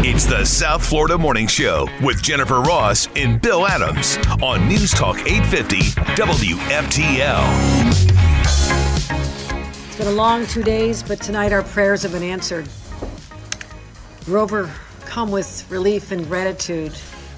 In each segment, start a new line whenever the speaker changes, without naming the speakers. It's the South Florida Morning Show with Jennifer Ross and Bill Adams on News Talk 850 WFTL.
It's been a long two days, but tonight our prayers have been answered. We're overcome with relief and gratitude.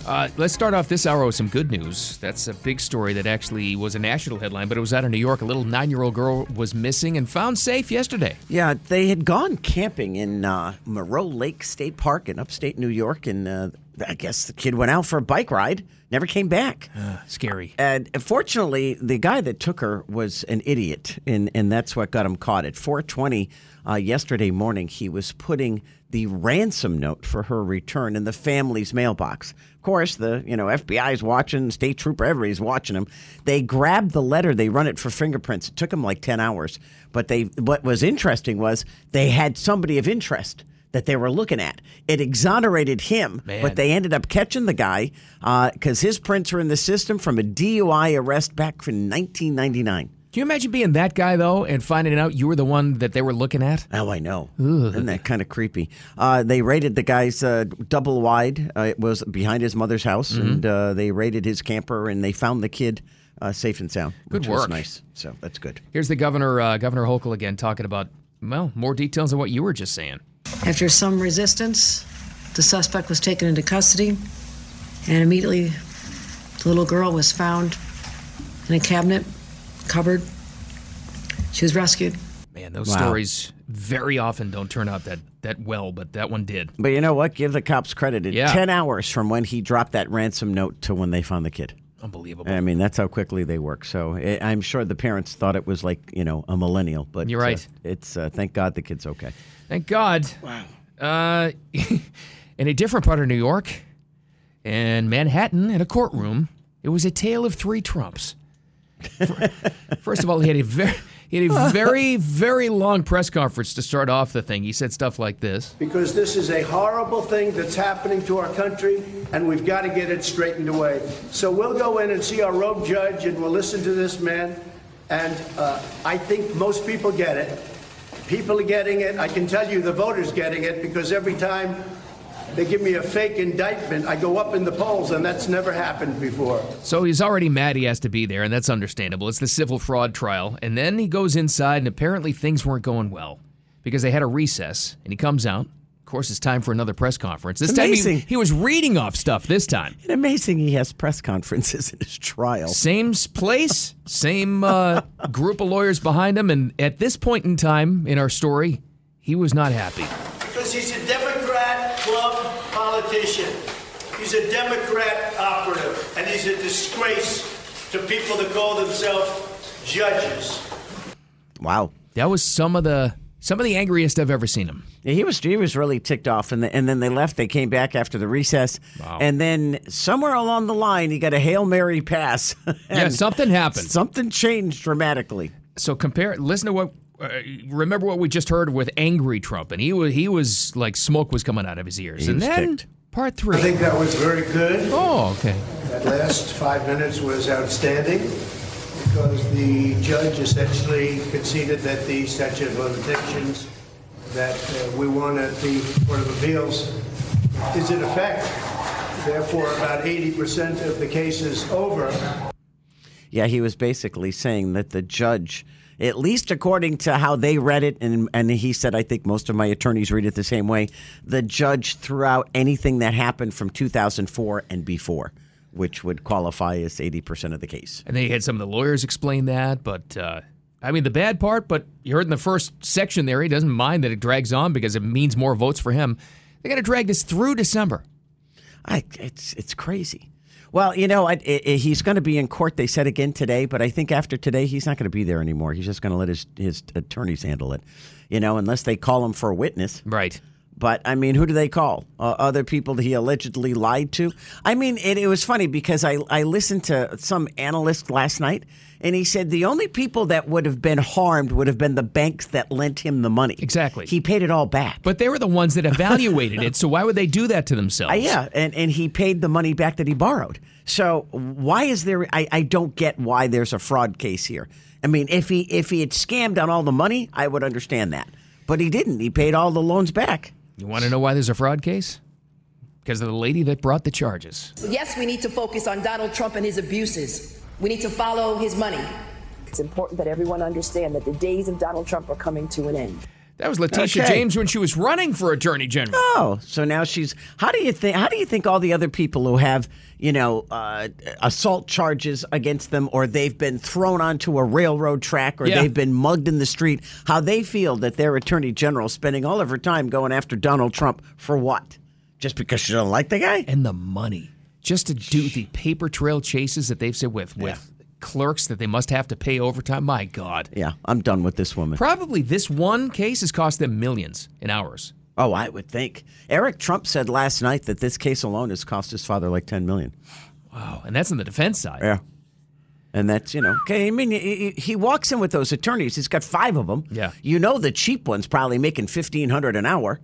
Uh, let's start off this hour with some good news. That's a big story that actually was a national headline, but it was out of New York. A little nine year old girl was missing and found safe yesterday.
Yeah, they had gone camping in uh, Moreau Lake State Park in upstate New York, and uh, I guess the kid went out for a bike ride, never came back.
Scary.
And fortunately, the guy that took her was an idiot, and, and that's what got him caught. At 4:20 uh, yesterday morning, he was putting the ransom note for her return in the family's mailbox. Of course, the you know FBI's watching, state trooper, everybody's watching him. They grabbed the letter, they run it for fingerprints. It took them like 10 hours, but they what was interesting was they had somebody of interest. That they were looking at. It exonerated him,
Man.
but they ended up catching the guy because his prints are in the system from a DUI arrest back from 1999.
Can you imagine being that guy, though, and finding out you were the one that they were looking at?
Oh, I know. Isn't that kind of creepy? Uh, they raided the guy's uh, double wide. Uh, it was behind his mother's house,
Mm-hmm.
and uh, they raided his camper, and they found the kid uh, safe and sound.
Good
which
work.
Was nice. So that's good.
Here's the governor, uh, Governor Hochul, again, talking about, well, more details on what you were just saying.
After some resistance, the suspect was taken into custody, and immediately the little girl was found in a cabinet, cupboard. She was rescued.
Man, those
Wow.
stories very often don't turn out that, that well, but that one did.
But you know what? Give the cops credit. It-
Yeah.
10 hours from when he dropped that ransom note to when they found the kid.
Unbelievable.
I mean, that's how quickly they work. So i I'm sure the parents thought it was like, you know, a millennial. But
You're
uh,
right.
it's uh, thank God the kid's okay.
Thank God. Wow. Uh, in a different part of New York, in Manhattan, in a courtroom, it was a tale of three Trumps. First of all, he had a very, he had a very, very long press conference to start off the thing. He said stuff like this.
because this is a horrible thing that's happening to our country, and we've got to get it straightened away. So we'll go in and see our rogue judge, and we'll listen to this man. And uh, I think most people get it. People are getting it. I can tell you the voters getting it because every time they give me a fake indictment, I go up in the polls, and that's never happened before.
So he's already mad he has to be there, and that's understandable. It's the civil fraud trial. And then he goes inside, and apparently things weren't going well because they had a recess, and he comes out. Of course, it's time for another press conference. This
It's
time he,
amazing.
he was reading off stuff this time.
And amazing he has press conferences in his trial.
Same s- place, same uh, group of lawyers behind him. And at this point in time in our story, he was not happy.
Because he's a Democrat club politician. He's a Democrat operative, and he's a disgrace to people that call themselves judges.
Wow.
That was some of the some of the angriest I've ever seen him.
Yeah, he was he was really ticked off, and the, and then they left. They came back after the recess,
Wow.
and then somewhere along the line, he got a hail mary pass.
Yeah,
And
something happened.
Something changed dramatically.
So compare, listen to what, uh, remember what we just heard with angry Trump, and he was he was like smoke was coming out of his ears.
He
and
was
then
ticked.
part
I
three.
think that was very good.
Oh, okay.
That last five minutes was outstanding because the judge essentially conceded that the statute of limitations that uh, we won at the Court of Appeals is in effect. Therefore, about 80% of the case is over.
Yeah, he was basically saying that the judge, at least according to how they read it, and and he said, I think most of my attorneys read it the same way. The judge threw out anything that happened from 2004 and before, which would qualify as 80 percent of the case.
And they had some of the lawyers explain that, but uh, I mean the bad part. But you heard in the first section there, he doesn't mind that it drags on because it means more votes for him. They got to drag this through December.
I, it's it's crazy. Well, you know, I, I, I- he's going to be in court. They said again today, but I think after today, he's not going to be there anymore. He's just going to let his his attorneys handle it, you know, unless they call him for a witness.
Right.
But I mean, who do they call? Uh, other people that he allegedly lied to? I mean, it, it was funny because I, I listened to some analyst last night, and he said the only people that would have been harmed would have been the banks that lent him the money.
Exactly.
He paid it all back.
But they were the ones that evaluated it, so why would they do that to themselves?
Uh, yeah, and, and he paid the money back that he borrowed. So why is there? I, I don't get why there's a fraud case here. I mean, if he if he had scammed on all the money, I would understand that. But he didn't. He paid all the loans back.
You want to know why there's a fraud case? because of the lady that brought the charges.
Yes, we need to focus on Donald Trump and his abuses. We need to follow his money. It's important that everyone understand that the days of Donald Trump are coming to an end.
That was Letitia
Okay.
James when she was running for attorney general.
Oh, so now she's. How do you think? How do you think all the other people who have, you know, uh, assault charges against them, or they've been thrown onto a railroad track, or
Yeah.
they've been mugged in the street, how they feel that their attorney general spending all of her time going after Donald Trump for what? Just because she don't like the guy?
and the money just to do the paper trail chases that they've said with with clerks that they must have to pay overtime. My God,
Yeah, I'm done with this woman.
probably this one case has cost them millions in hours.
Oh, I would think. Eric Trump said last night that this case alone has cost his father like 10 million.
Wow, Oh, and that's on the defense side.
Yeah. And that's, you know, 'kay, I mean, he, he- he walks in with those attorneys. He's got five of them.
Yeah.
You know, the cheap one's probably making 1500 an hour.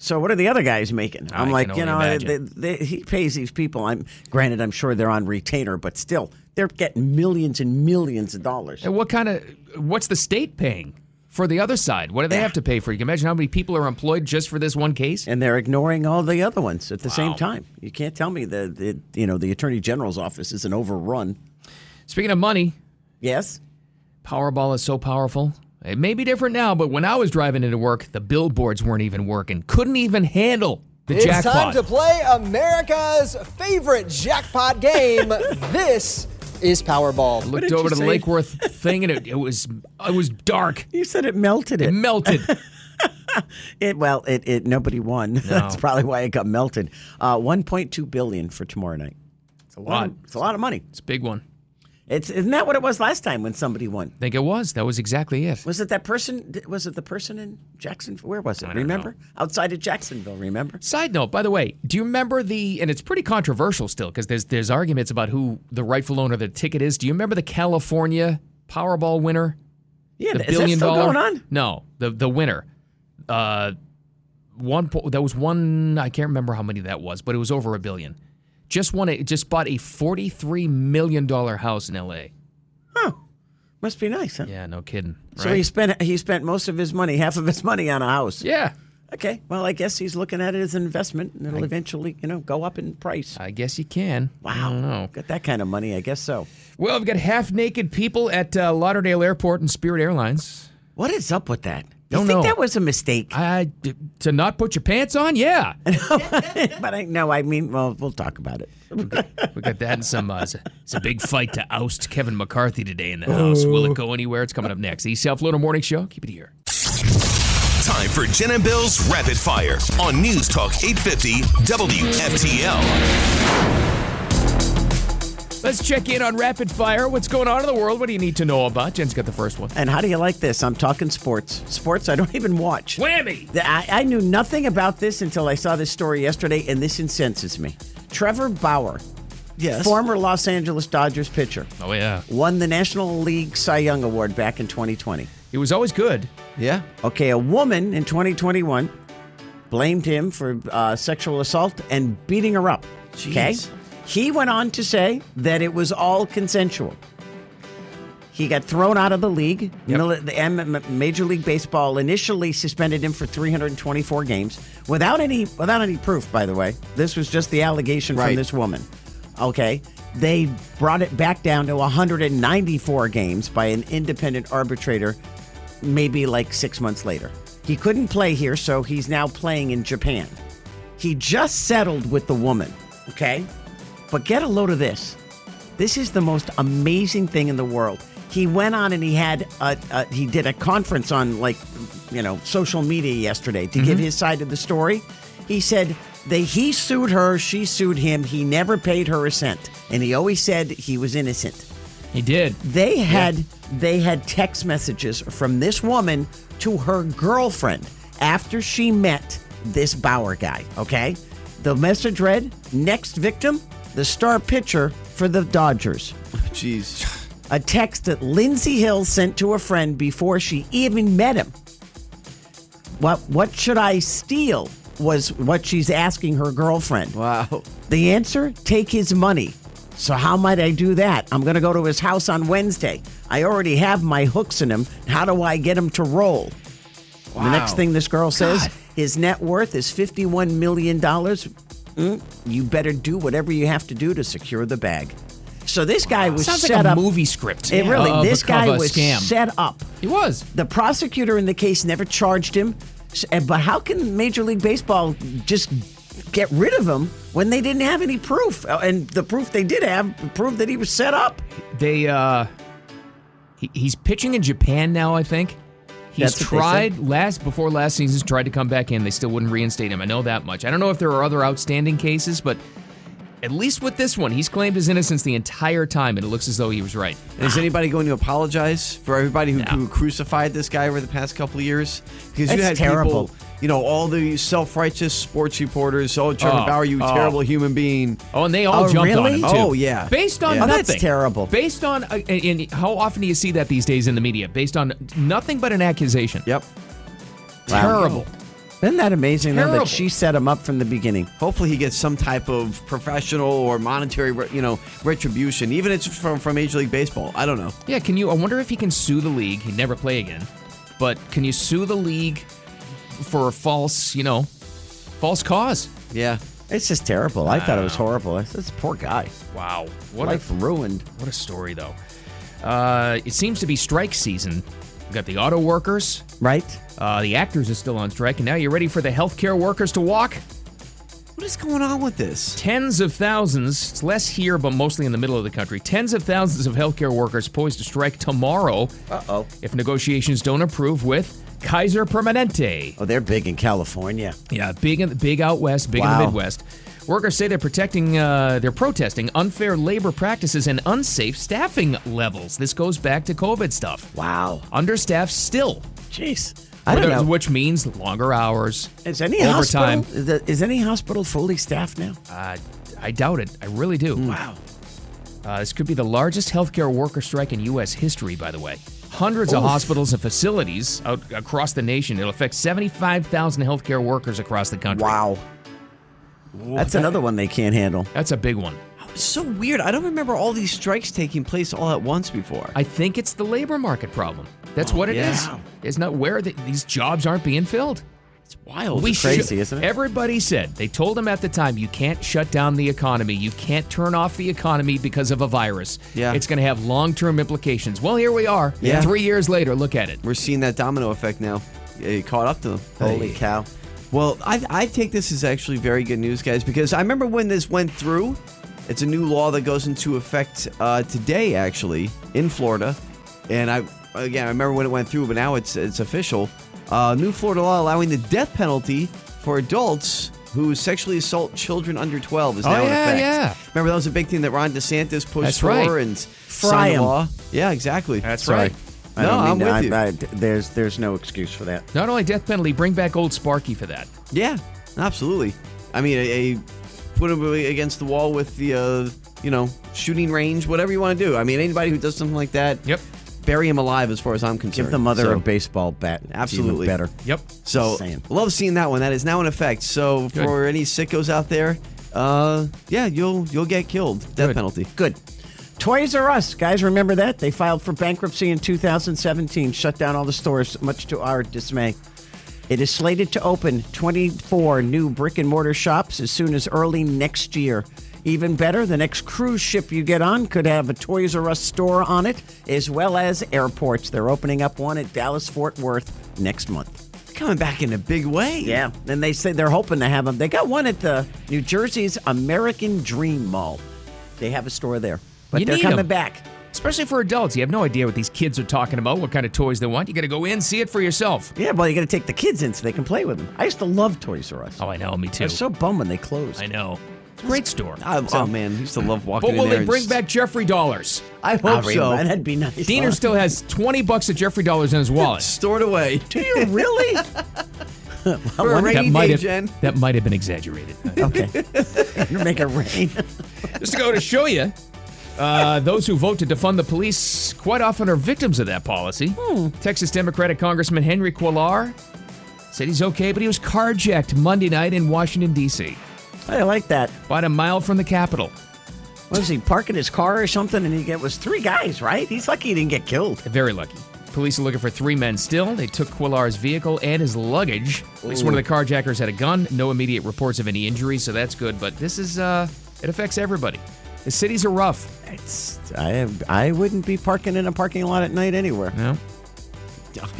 So what are the other guys making?
I
I'm
can
like, you
only
know, they,
imagine.
they, he pays these people. I'm granted, I'm sure they're on retainer, but still, they're getting millions and millions of dollars.
And what kind of what's the state paying for the other side? What do they have to pay for? You can imagine how many people are employed just for this one case.
and they're ignoring all the other ones at the same
Wow.
time. You can't tell me the, the you know the attorney general's office isn't overrun.
Speaking of money,
Yes.
Powerball is so powerful. It may be different now, but when I was driving into work, the billboards weren't even working. Couldn't even handle the
It's
jackpot.
time to play America's favorite jackpot game. this is Powerball.
looked
did
over
you
to the
say?
Lake Worth thing, and it, it was it was dark.
You said it melted
It
it.
melted.
It well, it, it nobody won. That's probably why it got melted. Uh, 1.2 billion for tomorrow night. It's a
lot.
It's a lot of money.
It's a big one.
It's isn't that what it was last time when somebody won?
I think it was. That was exactly it.
Was it that person? Was it the person in Jacksonville? Where was it?
don't
Remember outside of Jacksonville? Remember?
Side note, by the way, do you remember the? And it's pretty controversial still because there's there's arguments about who the rightful owner of the ticket is. Do you remember the California Powerball winner,
Yeah,
the
is that still
dollar-
going on?
No, the the winner. Uh, one po- that was one. I can't remember how many that was, but it was over a billion. Just won a, just bought a forty three million dollar house in L.A.
Must be nice. Huh?
Yeah, no kidding.
So
right?
he spent he spent most of his money, half of his money, on a house.
yeah.
Okay. Well, I guess he's looking at it as an investment, and it'll eventually, you know, go up in price.
I guess you can. I don't know.
Wow. Got that kind of money, I guess so.
Well, I've got half naked people at uh, Lauderdale Airport and Spirit Airlines.
What is up with that?
Don't
you think
know.
that was a mistake?
I, to not put your pants on? Yeah.
but I no, I mean, well, we'll talk about it.
we got that in some. Uh, it's a- it's a big fight to oust Kevin McCarthy today in the House. Will it go anywhere? It's coming up next. The South Florida Morning Show. Keep it here.
Time for Jen and Bill's Rapid Fire on News Talk 850 WFTL.
Let's check in on Rapid Fire. What's going on in the world? What do you need to know about? Jen's got the first one.
And how do you like this? I'm talking sports. Sports I don't even watch.
Whammy!
The- I, I knew nothing about this until I saw this story yesterday, and this incenses me. Trevor Bauer,
Yes.
former Los Angeles Dodgers pitcher,
Oh, yeah.
won the National League Cy Young Award back in 2020.
He was always good.
Yeah.
Okay, a woman in 2021 blamed him for uh, sexual assault and beating her up. Okay?
Jeez.
He went on to say that it was all consensual. He got thrown out of the league. Mil- the M- M- Major League Baseball initially suspended him for 324 games without any without any proof. By the way, this was just the allegation from
Right.
this woman. Okay, they brought it back down to 194 games by an independent arbitrator. Maybe like six months later, he couldn't play here, so he's now playing in Japan. He just settled with the woman. Okay, but get a load of this. This is the most amazing thing in the world. He went on and he had a, a he did a conference on like you know social media yesterday to give his side of the story. He said that he sued her, she sued him. He never paid her a cent, and he always said he was innocent.
He did.
They had they had text messages from this woman to her girlfriend after she met this Bauer guy. Okay, the message read: "Next victim, the star pitcher for the Dodgers."
Jeez.
A text that Lindsay Hill sent to a friend before she even met him. What what should I steal? Was what she's asking her girlfriend.
Wow.
The answer take his money. So, how might I do that? I'm going to go to his house on Wednesday. I already have my hooks in him. How do I get him to roll? The next thing this girl says his net worth is $51 million. Mm, you better do whatever you have to do to secure the bag. So this guy was
Sounds like
set
a
up
movie script.
It really.
of
this
a-
guy
of a
was
scam.
set up.
He was.
The prosecutor in the case never charged him. S- eh, But how can Major League Baseball just get rid of him when they didn't have any proof? Uh, And the proof they did have proved that he was set up.
They uh he, he's pitching in Japan now, I think. He's
That's what they
tried last before last season's tried to come back in. They still wouldn't reinstate him. I know that much. I don't know if there are other outstanding cases, but at least with this one, he's claimed his innocence the entire time, and it looks as though he was right.
Is anybody going to apologize for everybody who, who crucified this guy over the past couple of years? Because you
That's
had
terrible.
people, you know, all the self-righteous sports reporters. Oh, Trevor
Oh,
Bauer, you
oh.
terrible human being.
Oh, and they all
Oh,
jumped on
really?
him too.
Oh, yeah.
Based on
Yeah. Oh,
nothing.
that's terrible.
Based on uh, and, and how often do you see that these days in the media? Based on nothing but an accusation.
Yep.
Terrible.
Isn't that amazing though,
Terrible.
that she set him up from the beginning?
Hopefully, he gets some type of professional or monetary, re- you know, retribution. Even if it's from from Major League Baseball. I don't know.
Yeah, can you? I wonder if he can sue the league. He'd never play again. But can you sue the league for a false, you know, false cause?
Yeah.
It's just terrible. I thought it was horrible. I said, "This poor guy.
Wow, what
Life
a
ruined."
what a story though. Uh, it seems to be strike season. We've got the auto workers,
Right?
uh, the actors are still on strike, and now you're ready for the healthcare workers to walk.
What is going on with this?
Tens of thousands, it's less here, but mostly in the middle of the country. Tens of thousands of healthcare workers poised to strike tomorrow. Uh oh. If negotiations don't approve with Kaiser Permanente.
Oh, they're big in California.
Yeah, big in big out west, big in the
Wow.
Midwest. Workers say they're protecting, uh, they're protesting unfair labor practices and unsafe staffing levels. This goes back to COVID stuff.
Wow.
Understaffed still,
Jeez. I don't
Whether-
know.
which means longer hours.
Is any
overtime?
hospital is, the- is any hospital fully staffed now?
Uh, I doubt it. I really do.
Hmm.
Wow. Uh, this could be the largest healthcare worker strike in U.S. history, by the way. Hundreds of hospitals and facilities out across the nation. It'll affect 75,000 healthcare workers across the country.
That's another one they can't handle.
That's a big one.
It's so weird. I don't remember all these strikes taking place all at once before.
I think it's the labor market problem. That's what it
Oh, yeah.
is. It's not where the, these jobs aren't being filled.
It's wild.
We
crazy,
should-
isn't it?
Everybody said they told him at the time you can't shut down the economy. You can't turn off the economy because of a virus.
Yeah.
It's going to have long-term implications. Well, here we are.
Yeah.
3 years later, look at it.
We're seeing that domino effect now. It caught up to them.
Holy
Hey.
cow.
Well, I, I take this as actually very good news, guys, because I remember when this went through. It's a new law that goes into effect uh, today, actually, in Florida. And I, again, I remember when it went through, but now it's it's official. Uh, new Florida law allowing the death penalty for adults who sexually assault children under 12 is
Oh,
now in
yeah,
effect.
yeah.
Remember, that was a big thing that Ron DeSantis pushed
That's
for
right.
and
Fry
signed
'em.
the law. Yeah, exactly.
That's
Sorry.
right.
I
No,
don't
I'm
mean
with
to-
you.
I- I- there's there's no excuse for that.
Not only death penalty, bring back old Sparky for that.
Yeah, absolutely. I mean, a, a put him really against the wall with the uh, you know shooting range, whatever you want to do. I mean, anybody who does something like that,
Yep.
bury him alive. As far as I'm concerned,
Give the mother
So-
a baseball bat. It's even
Absolutely.
better.
Yep.
So
Same.
love seeing that one. That is now in effect. So
Good.
for any sickos out there, uh, yeah, you'll you'll get killed. Death
Good.
penalty.
Good. Toys R Us, guys, remember that? They filed for bankruptcy in 2017, shut down all the stores, much to our dismay. It is slated to open 24 new brick and mortar shops as soon as early next year. Even better, the next cruise ship you get on could have a Toys R Us store on it, as well as airports. They're opening up one at Dallas Fort Worth next month.
Coming back in a big way.
Yeah, and they say they're hoping to have them. They got one at the New Jersey's American Dream Mall. They have a store there, but
You
they're
need
coming
'em.
back.
Especially for adults, you have no idea what these kids are talking about, what kind of toys they want. You got to go in, see it for yourself.
Yeah, well, you got to take the kids in so they can play with them. I used to love Toys R Us.
Oh, I know, me too.
I was so bummed when they closed.
I know. Great store.
I, oh man, I used to love walking.
But
in
will
there
they
and
bring
s-
back Jeffrey Dollars?
I
I'll
hope
read
so.
mine.
That'd be nice.
Diener still has 20 bucks of Jeffrey Dollars in his wallet.
stored away?
Do you really?
For a rainy
might
day,
have,
Jen.
that might have been exaggerated.
okay. You're making rain.
Just to go to show you, uh, those who vote to defund the police quite often are victims of that policy.
Hmm.
Texas Democratic Congressman Henry Quilar said he's okay, but he was carjacked Monday night in Washington, D.C.,
I like that.
about a mile from the Capitol.
What was he parking his car or something? And he get was three guys, right? He's lucky he didn't get killed.
Very lucky. Police are looking for three men still. They took Quillar's vehicle and his luggage. At least one of the carjackers had a gun. No immediate reports of any injuries, so that's good. But this is, uh, it affects everybody. The cities are rough.
It's, I I wouldn't be parking in a parking lot at night anywhere.
No.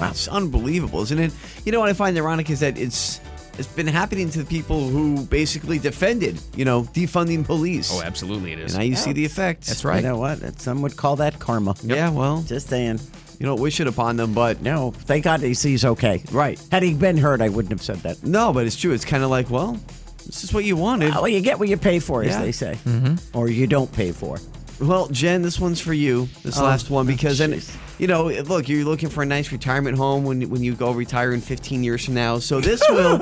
It's unbelievable, isn't it? You know what I find ironic is that it's it's been happening to the people who basically defended, you know, defunding police.
Oh, absolutely it is.
And now you see the effects.
That's right.
You know what? That- Some would call that karma.
Yeah, well,
Just saying.
you don't wish it upon them, but
No, thank God AC's okay.
Right.
Had he been hurt, I wouldn't have said that.
no, but it's true. It's kind of like, well, this is what you wanted.
Well, you get what you pay for, as
Yeah. Mm-hmm.
they say, or you don't pay for.
Well, Jen, this one's for you. This last one because then,
Oh, jeez.
you know, look, you're looking for a nice retirement home when when you go retire in 15 years from now. So this will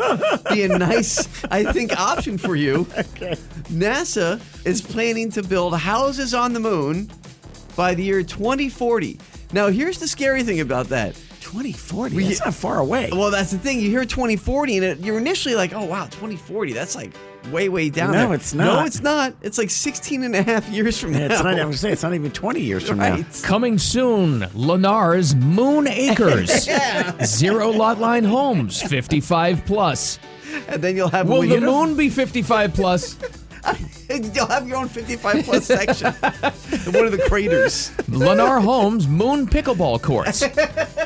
be a nice, I think, option for you. Okay. NASA is planning to build houses on the moon by the year 2040. Now, here's the scary thing about that.
2040.
We-
It's not far away.
Well, that's the thing. You hear 2040, and it, you're initially like, oh, wow, 2040. That's like way, way down
No,
there.
it's
No,
not.
it's not. It's like 16 and a half years from
Yeah,
now.
it's not. I'm saying it's not even 20 years from now.
right.
Coming soon, Lennar's Moon Acres. Zero lot line homes, 55 plus.
And then you'll have
Will the
you know-
moon be 55 plus?
You'll have your own 55 plus section. in one of the craters.
Lennar Homes Moon Pickleball Courts.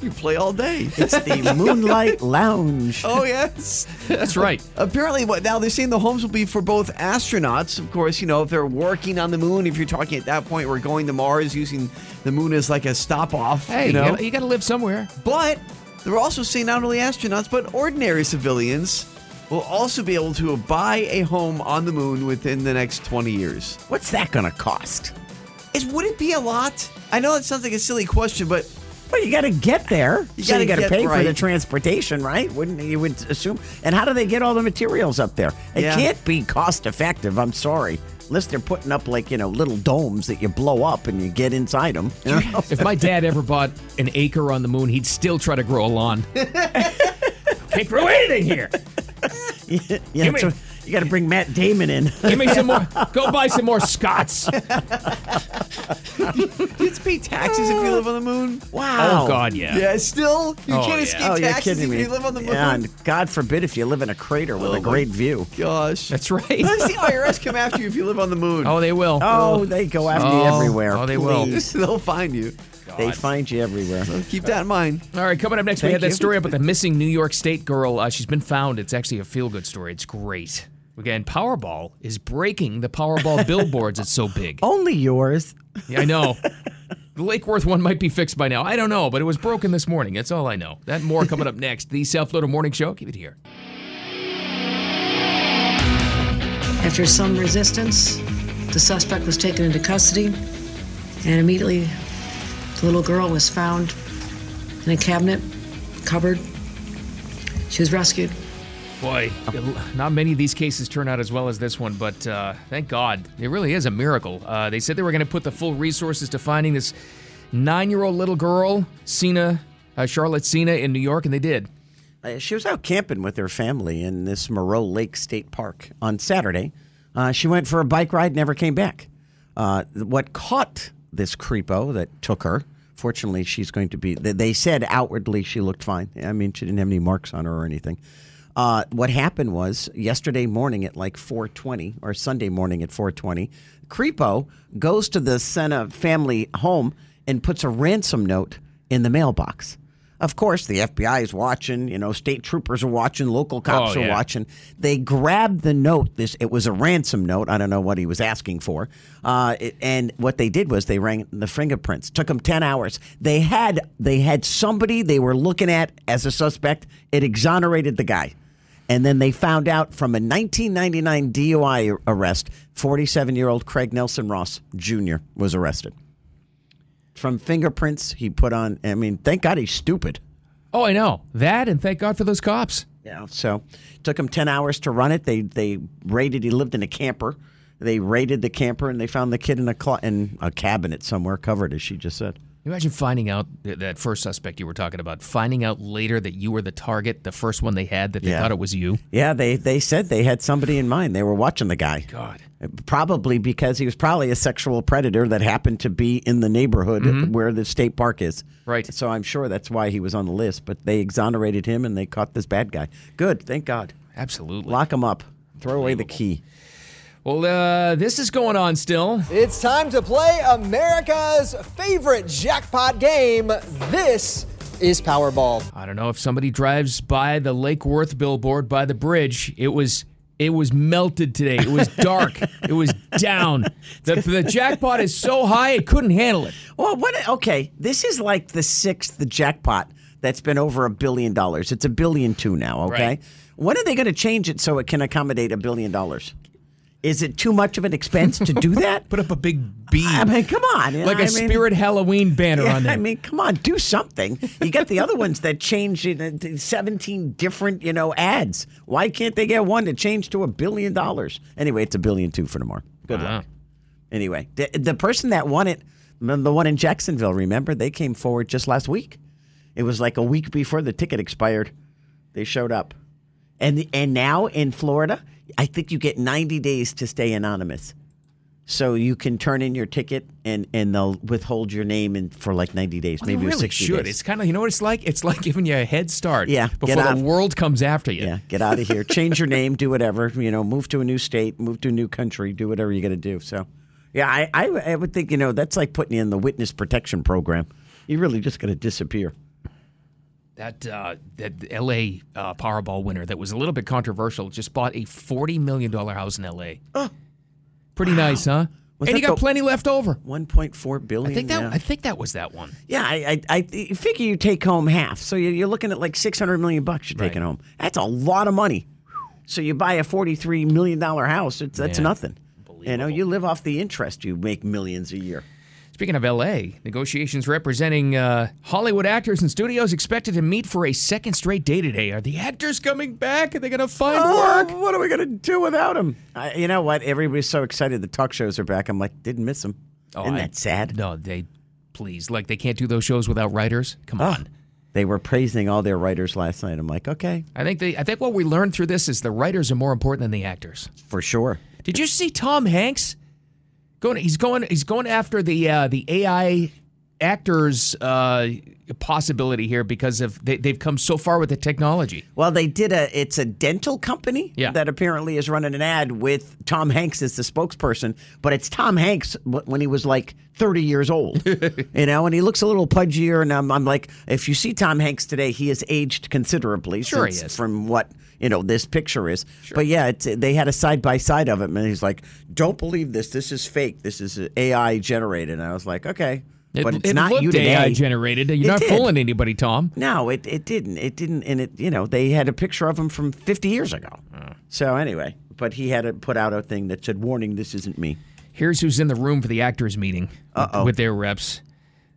You play all day.
It's the Moonlight Lounge.
Oh yes.
That's right.
Apparently, what now they're saying the homes will be for both astronauts. Of course, you know if they're working on the moon. If you're talking at that point, we're going to Mars using the moon as like a stop off.
Hey,
you know.
you got to live somewhere.
But they're also saying not only astronauts but ordinary civilians will also be able to buy a home on the moon within the next 20 years.
What's that going to cost?
Is would it be a lot? I know that sounds like a silly question, but
Well, you got to get there. You
gotta
you got to
get
pay for the
right.
transportation, right? Wouldn't you would assume? And how do they get all the materials up there? It
Yeah.
can't be cost effective. I'm sorry, unless they're putting up like you know little domes that you blow up and you get inside them.
If my dad ever bought an acre on the moon, he'd still try to grow a lawn. Can't grow anything here.
yeah,
Give me-
so you got to bring Matt Damon in.
Give me some more. Go buy some more Scots.
you have to pay taxes if you live on the moon.
wow.
Oh God, yeah.
Yeah, still you
Oh,
can't
yeah.
escape
Oh, you're
taxes
kidding
if
me.
you live on the moon.
Yeah, and God forbid if you live in a crater with
Oh,
a
my-
great view.
Gosh,
That's right.
Let's the IRS come after you if you live on the moon.
Oh, they will.
Oh, they go after you
Oh,
everywhere.
oh, they will.
Please.
they'll find you.
They find you everywhere.
Keep that in mind.
All right, coming up next, we
Thank
had that
you.
story about the missing New York State girl. Uh, she's been found. It's actually a feel good story. It's great. Again, Powerball is breaking the Powerball billboards. It's so big.
Only yours.
Yeah, I know. The Lake Worth one might be fixed by now. I don't know, but it was broken this morning. That's all I know. That and more coming up next. The South Florida Morning Show. Keep it here.
After some resistance, the suspect was taken into custody, and immediately the little girl was found in a cabinet, cupboard. She was rescued.
Boy, not many of these cases turn out as well as this one, but uh, thank God. It really is a miracle. Uh, they said they were going to put the full resources to finding this nine year old little girl, Cena, uh, Charlotte Cena, in New York, and they did.
Uh, she was out camping with her family in this Moreau Lake State Park on Saturday. Uh, she went for a bike ride, never came back. Uh, what caught this creepo that took her? Fortunately, she's going to be. They they said outwardly she looked fine. I mean, she didn't have any marks on her or anything. Uh, what happened was yesterday morning at like 4:20 or Sunday morning at 4:20, creepo goes to the Senna family home and puts a ransom note in the mailbox. Of course, the FBI is watching. You know, state troopers are watching. Local cops
Oh,
are
yeah.
watching. They grabbed the note. This it was a ransom note. I don't know what he was asking for. Uh, it- and what they did was they rang the fingerprints. Took them ten hours. They had they had somebody they were looking at as a suspect. It exonerated the guy. And then they found out from a 1999 DUI arrest, 47 year old Craig Nelson Ross Jr. was arrested. From fingerprints he put on, I mean, thank God he's stupid.
Oh, I know. That, and thank God for those cops.
Yeah. So took him ten hours to run it. They they raided. He lived in a camper. They raided the camper and they found the kid in a clo- in a cabinet somewhere covered, as she just said.
Can you Imagine finding out th- that first suspect you were talking about, finding out later that you were the target, the first one they had that they
Yeah.
thought it was you.
Yeah, they they said they had somebody in mind. They were watching the guy.
God.
Probably because he was probably a sexual predator that happened to be in the neighborhood where the state park is.
Mm-hmm. Right.
So I'm sure that's why he was on the list, but they exonerated him and they caught this bad guy. Good, thank God.
Absolutely.
Lock him up. Throw away the key.
Well, uh, this is going on still.
It's time to play America's favorite jackpot game. This is Powerball.
I don't know if somebody drives by the Lake Worth billboard by the bridge. It was it was melted today. It was dark. it was down. The, the jackpot is so high it couldn't handle it.
Well, what? Okay, this is like the sixth jackpot that's been over a billion dollars. It's a billion two now. Okay,
Right.
when are they going to change it so it can accommodate a billion dollars? Is it too much of an expense to do that?
Put up a big B,
I mean, come on,
like
a
a spirit Halloween banner on there.
I mean, come on, do something. You got the other ones that change it into 17 different, you know, ads. Why can't they get one to change to a billion dollars? Anyway, it's a billion two for tomorrow. Good luck. Anyway, the, the person that won it, m- the one in Jacksonville, remember, they came forward just last week. It was like a week before the ticket expired. They showed up. And, and now in Florida, I think you get 90 days to stay anonymous. So you can turn in your ticket and, and they'll withhold your name in, for like 90 days,
Well, they
maybe it was
really
60
should.
days.
It's kind of you know what it's like. It's like giving you a head start.
Yeah, get
Before
off.
the world comes after you.
yeah, get out of here. Change your name, do whatever, you know, move to a new state, move to a new country, do whatever you got to do. So, yeah, I, I, I would think, you know, that's like putting you in the witness protection program. You're really just going to disappear.
That uh, that L.A. Uh, Powerball winner that was a little bit controversial just bought a forty million dollar house in L.A. Pretty nice, huh?
Was
and
that
he got
the-
plenty left over.
1.4 billion.
I think that
now.
I think that was that one.
Yeah, I, I, I th- figure you take home half. So you- you're looking at like 600 million bucks you're taking home. That's a lot of money. So you buy a 43 million dollar house, it's, that's
Man.
nothing. You know, you live off the interest. You make millions a year.
Speaking of L.A., negotiations representing uh, Hollywood actors and studios expected to meet for a second straight day today. Are the actors coming back? Are they going to find work?
what are we going to do without him? I, you know what? Everybody's so excited the talk shows are back. I'm like, didn't miss him. Isn't
Oh, I-
that sad?
No, they please like they can't do those shows without writers. Come on.
They were praising all their writers last night. I'm like, okay,
I think they I think what we learned through this is the writers are more important than the actors.
for sure.
Did you see Tom Hanks? Going, he's going, he's going after the uh, the AI actors uh, possibility here because of they, they've come so far with the technology.
Well, they did a. It's a dental company
Yeah.
that apparently is running an ad with Tom Hanks as the spokesperson, but it's Tom Hanks wh- when he was like 30 years old, you know, and he looks a little pudgier. And I'm, I'm like, if you see Tom Hanks today, he has aged considerably.
Sure he
since-
is.
From what you know, this picture is. But yeah, it's, they had a side by side of him, and he's like, "Don't believe this. This is fake. This is AI generated." And I was like, "Okay."
It,
but it's
it
not
looked
you today.
AI generated. You're
It
not
did.
fooling anybody, Tom.
No, it, it didn't. It didn't. And it, you know, they had a picture of him from 50 years ago. So anyway, but he had it put out a thing that said, warning, this isn't me.
Here's who's in the room for the actors meeting with, with their reps: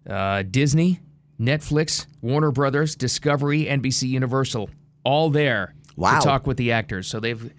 uh, Disney, Netflix, Warner Brothers, Discovery, NBC, Universal, all there
Wow.
to talk with the actors. So they've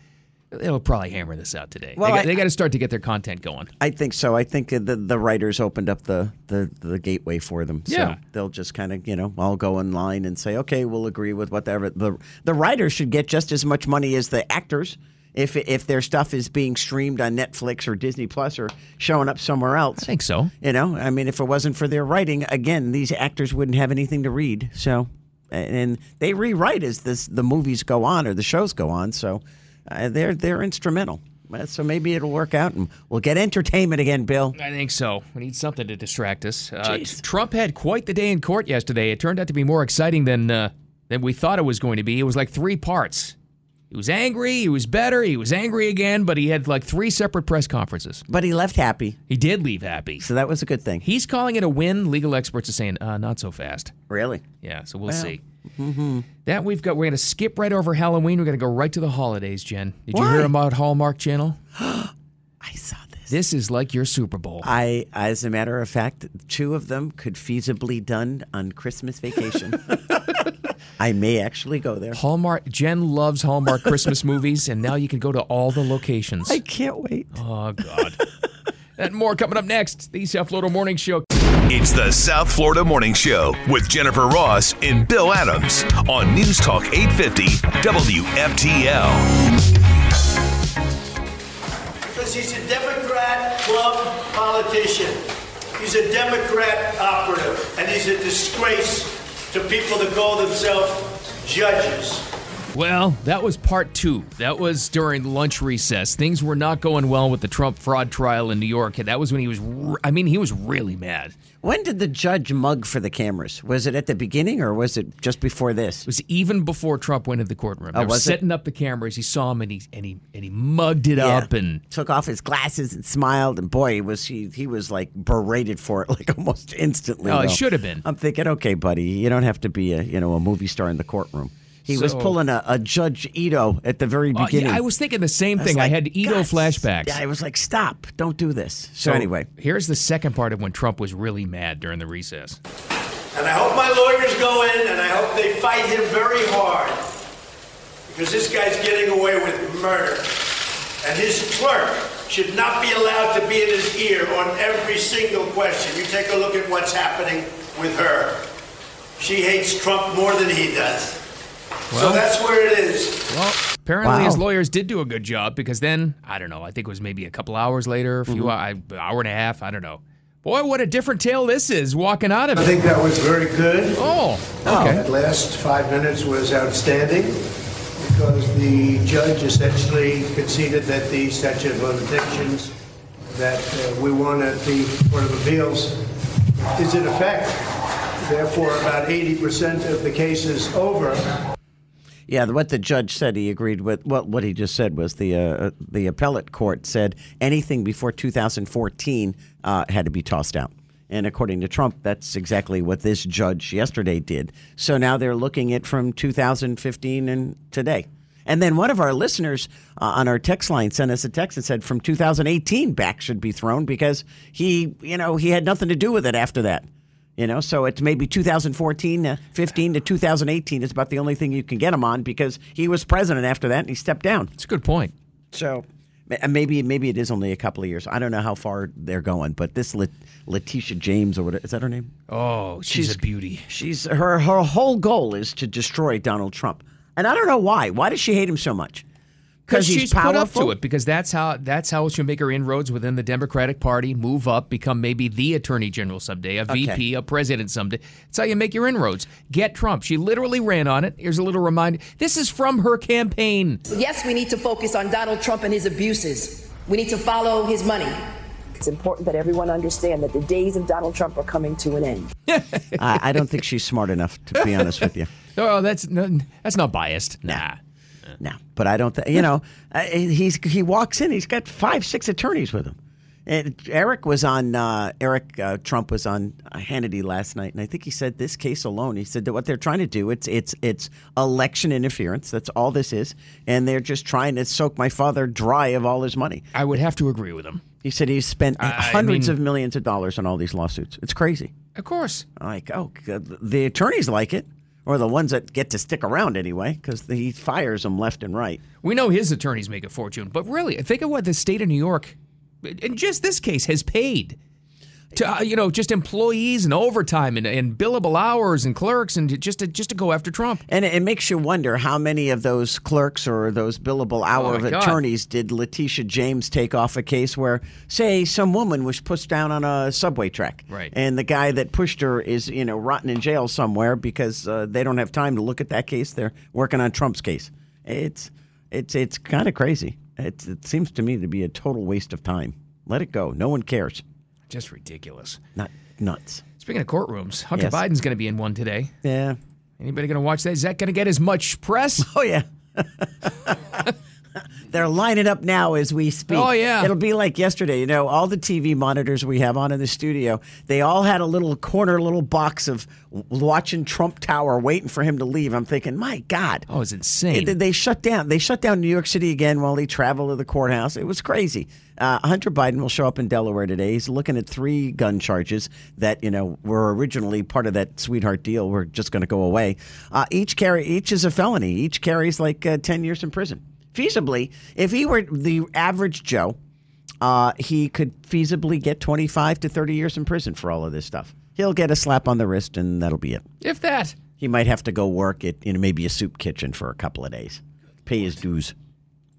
they'll probably hammer this out today.
Well,
they,
I-
got, they got to start to get their content going.
I think so. I think the, the writers opened up the, the, the gateway for them.
Yeah.
So they'll just kind of, you know, all go in line and say, okay, we'll agree with whatever. The, the writers should get just as much money as the actors. If, if their stuff is being streamed on Netflix or Disney Plus or showing up somewhere else,
I think so.
You know, I mean, if it wasn't for their writing, again, these actors wouldn't have anything to read. So, and they rewrite as this the movies go on or the shows go on. So, uh, they're they're instrumental. Uh, So maybe it'll work out, and we'll get entertainment again, Bill.
I think so. We need something to distract us. Uh, Trump had quite the day in court yesterday. It turned out to be more exciting than uh, than we thought it was going to be. It was like three parts. He was angry. He was better. He was angry again. But he had like three separate press conferences.
But he left happy,
He did leave happy.
so that was a good thing.
He's calling it a win. Legal experts are saying uh, not so fast.
Really,
Yeah, so we'll see. That we've got. We're going to skip right over Halloween. We're going to go right to the holidays. Jen, did you
Why?
hear about Hallmark Channel?
I saw this.
This is like your Super Bowl.
I, as a matter of fact, two of them could feasibly done on Christmas vacation. I may actually go there.
Hallmark. Jen loves Hallmark Christmas movies, and now you can go to all the locations.
I can't wait.
Oh God. and more coming up next. The South Florida Morning Show.
It's the South Florida Morning Show with Jennifer Ross and Bill Adams on News Talk 850 WFTL.
The because he's a Democrat club politician. He's a Democrat operative, and he's a disgrace to people that call themselves judges.
Well, that was part two. That was during lunch recess. Things were not going well with the Trump fraud trial in New York. and That was when he was, re- I mean, he was really mad.
When did the judge mug for the cameras? Was it at the beginning or was it just before this?
It was even before Trump went into the courtroom.
Oh,
they were
was it?
setting up the cameras. He saw him and he and he and he mugged it up and
took off his glasses and smiled, and boy, was he he was like berated for it like almost instantly.
Oh, it
though.
should have been.
I'm thinking, okay, buddy, you don't have to be a you know a movie star in the courtroom. He was
So-
pulling a, a Judge Ito at the very
Oh, yeah,
beginning.
I was thinking the same thing. I,
like,
had Edo
God,
flashbacks.
Yeah, I was like, stop, don't do this. So, anyway,
here's the second part of when Trump was really mad during the recess.
And I hope my lawyers go in and I hope they fight him very hard. Because this guy's getting away with murder. And his clerk should not be allowed to be in his ear on every single question. You take a look at what's happening with her. She hates Trump more than he does. so
Well-
that's where it is.
Well, apparently
Wow.
his lawyers did do a good job because then I don't know. I think it was maybe a couple hours later, a few hou- hour and a half. I don't know. Boy, what a different tale this is walking out of
I
it.
think that was very good.
oh, okay.
That last five minutes was outstanding because the judge essentially conceded that the statute of limitations that uh, we won at the Court of Appeals is in effect. Therefore, about 80% of the cases over
yeah, what the judge said, he agreed with. What what he just said was the uh, the appellate court said anything before 2014 uh, had to be tossed out. And according to Trump, that's exactly what this judge yesterday did. So now they're looking at from 2015 and today. And then one of our listeners uh, on our text line sent us a text and said from 2018 back should be thrown because he, you know, he had nothing to do with it after that. You know, so it's maybe 2014, uh, 15 to 2018 is about the only thing you can get him on because he was president after that and he stepped down.
It's a good point.
So ma- and maybe maybe it is only a couple of years. I don't know how far they're going, but this Let- Letitia James or whatever is that her name?
Oh, she's, a beauty.
She's her her whole goal is to destroy Donald Trump, and I don't know why. Why does she hate him so much?
Because she's put up to it. Because that's how that's how she'll make her inroads within the Democratic Party, move up, become maybe the Attorney General someday, a VP, a president someday. That's how you make your inroads. Get Trump. She literally ran on it. Here's a little reminder. This is from her campaign.
Yes, we need to focus on Donald Trump and his abuses. We need to follow his money. It's important that everyone understand that the days of Donald Trump are coming to an end.
I, I don't think she's smart enough to be honest with you.
Oh, that's no, that's not biased. Nah.
No, but I don't. Th- you know, uh, he's he walks in. He's got five, six attorneys with him. And Eric was on. Uh, Eric uh, Trump was on uh, Hannity last night, and I think he said this case alone. He said that what they're trying to do it's it's it's election interference. That's all this is, and they're just trying to soak my father dry of all his money.
I would have to agree with him.
He said he's spent
I- I
hundreds
mean-
of millions of dollars on all these lawsuits. It's crazy.
Of course.
Like, oh, good. the attorneys like it, or the ones that get to stick around anyway, because he fires them left and right.
We know his attorneys make a fortune, but really, think of what the state of New York, in just this case, has paid to uh, you know just employees and overtime and, and billable hours and clerks and just to, just to go after Trump.
And it it makes you wonder how many of those clerks or those billable hour
Oh,
of
my God.
attorneys did Letitia James take off a case where, say, some woman was pushed down on a subway track,
Right.
And the guy that pushed her is, you know, rotten in jail somewhere because uh, they don't have time to look at that case. They're working on Trump's case. It's it's it's kind of crazy. It's, it seems to me to be a total waste of time. Let it go. No one cares.
Just ridiculous.
Not nuts.
Speaking of courtrooms, Hunter
Yes.
Biden's going to be in one today.
Yeah.
Anybody going to watch that? Is that going to get as much press?
Oh yeah. They're lining up now as we speak.
Oh, yeah.
It'll be like yesterday. You know, all the TV monitors we have on in the studio, they all had a little corner, little box of w- watching Trump Tower, waiting for him to leave. I'm thinking, my God.
Oh, it's insane.
They, they shut down. They shut down New York City again while he traveled to the courthouse. It was crazy. Uh, Hunter Biden will show up in Delaware today. He's looking at three gun charges that you know were originally part of that sweetheart deal. Were just going to go away. Uh, each carry, each is a felony. Each carries like uh, ten years in prison. Feasibly, if he were the average Joe, uh, he could feasibly get twenty-five to thirty years in prison for all of this stuff. He'll get a slap on the wrist, and that'll be it.
if that.
He might have to go work at you know maybe a soup kitchen for a couple of days, pay his dues.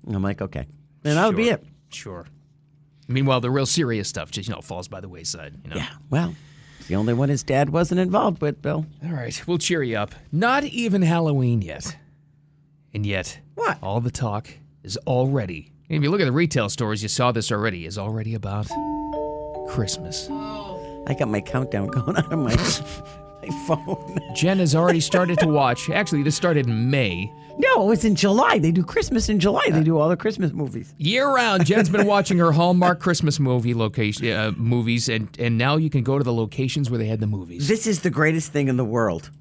And I'm like, okay, and that'll be
Sure.
it.
Sure. Meanwhile, the real serious stuff just you know falls by the wayside. You know.
Yeah. Well, it's the only one his dad wasn't involved with, Bill.
All right, we'll cheer you up. Not even Halloween yet. And yet,
What?
All the talk is already. If you look at the retail stores, you saw this already. Is already about Christmas.
I got my countdown going on my, my phone.
Jen has already started to watch. Actually, this started in May.
No, it was in July. They do Christmas in July. They do all the Christmas movies.
Year round, Jen's been watching her Hallmark Christmas movie location uh, movies, and and now you can go to the locations where they had the movies.
This is the greatest thing in the world.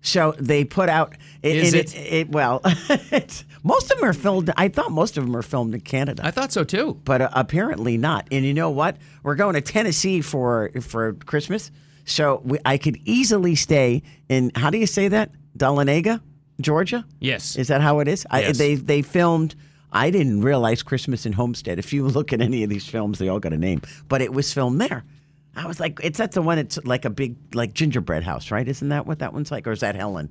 So they put out. It,
Is
and
it?
It, well, it's, most of them are filmed. I thought most of them are filmed in Canada.
I thought so too.
but uh, apparently not. And you know what? We're going to Tennessee for for Christmas, so we, I could easily stay in. How do you say that? Dahlonega, Georgia.
Yes.
is that how it is? I,
Yes.
they they filmed. I didn't realize Christmas in Homestead. If you look at any of these films, they all got a name, but it was filmed there. I was like, it's that the one? It's like a big like gingerbread house, right? Isn't that what that one's like, or is that Helen?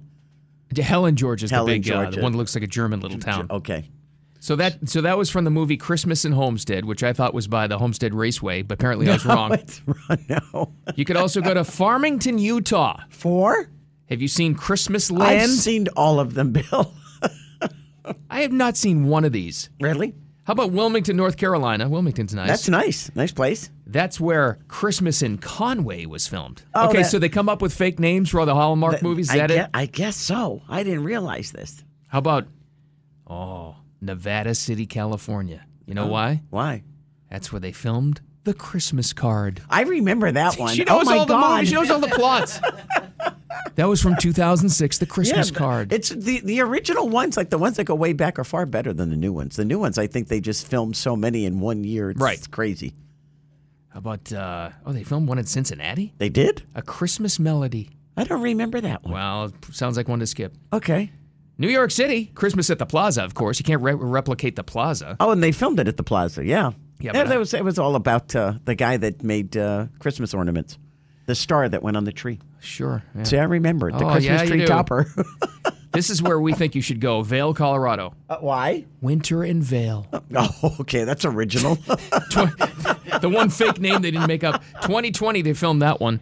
Helen, Georgia's the
Helen,
big uh, the
Georgia.
one that looks like a German little town.
Okay,
So that so that was from the movie Christmas in Homestead, which I thought was by the Homestead Raceway, but apparently I was wrong.
it's no
You could also go to Farmington, Utah.
four.
Have you seen Christmas
I've
Land?
seen all of them, Bill.
I have not seen one of these.
really?
How about Wilmington, North Carolina? Wilmington's nice.
That's nice. Nice place.
That's where Christmas in Conway was filmed.
Oh,
okay,
that-
so they come up with fake names for all the Hallmark movies. Is
I,
that
gue-
it?
I guess so. I didn't realize this.
How about oh Nevada City, California? You
Oh.
know why?
Why?
That's where they filmed the Christmas card.
I remember that one.
She knows
oh my
all the
God.
movies. She knows all the plots. that was from 2006, the
Yeah,
Christmas
but
card.
It's the, the original ones, like the ones that go way back, are far better than the new ones. The new ones, I think they just filmed so many in one year. It's
Right.
crazy.
How about uh, oh, they filmed one in Cincinnati,
They did?
a Christmas melody.
I don't remember that one.
Well, sounds like one to skip.
Okay.
New York City, Christmas at the Plaza. Of course, you can't re- replicate the Plaza.
Oh, and they filmed it at the plaza. Yeah.
Yeah,
That-
but I-
that was, it was all about uh, the guy that made uh, Christmas ornaments, the star that went on the tree.
Sure. yeah.
See, I remember it. The
Oh,
Christmas
yeah, you
tree
do.
topper.
This is where we think you should go, Vail, Colorado.
Uh, why?
Winter in Vail.
Oh, okay. That's original.
the one fake name they didn't make up. 2020, they filmed that one.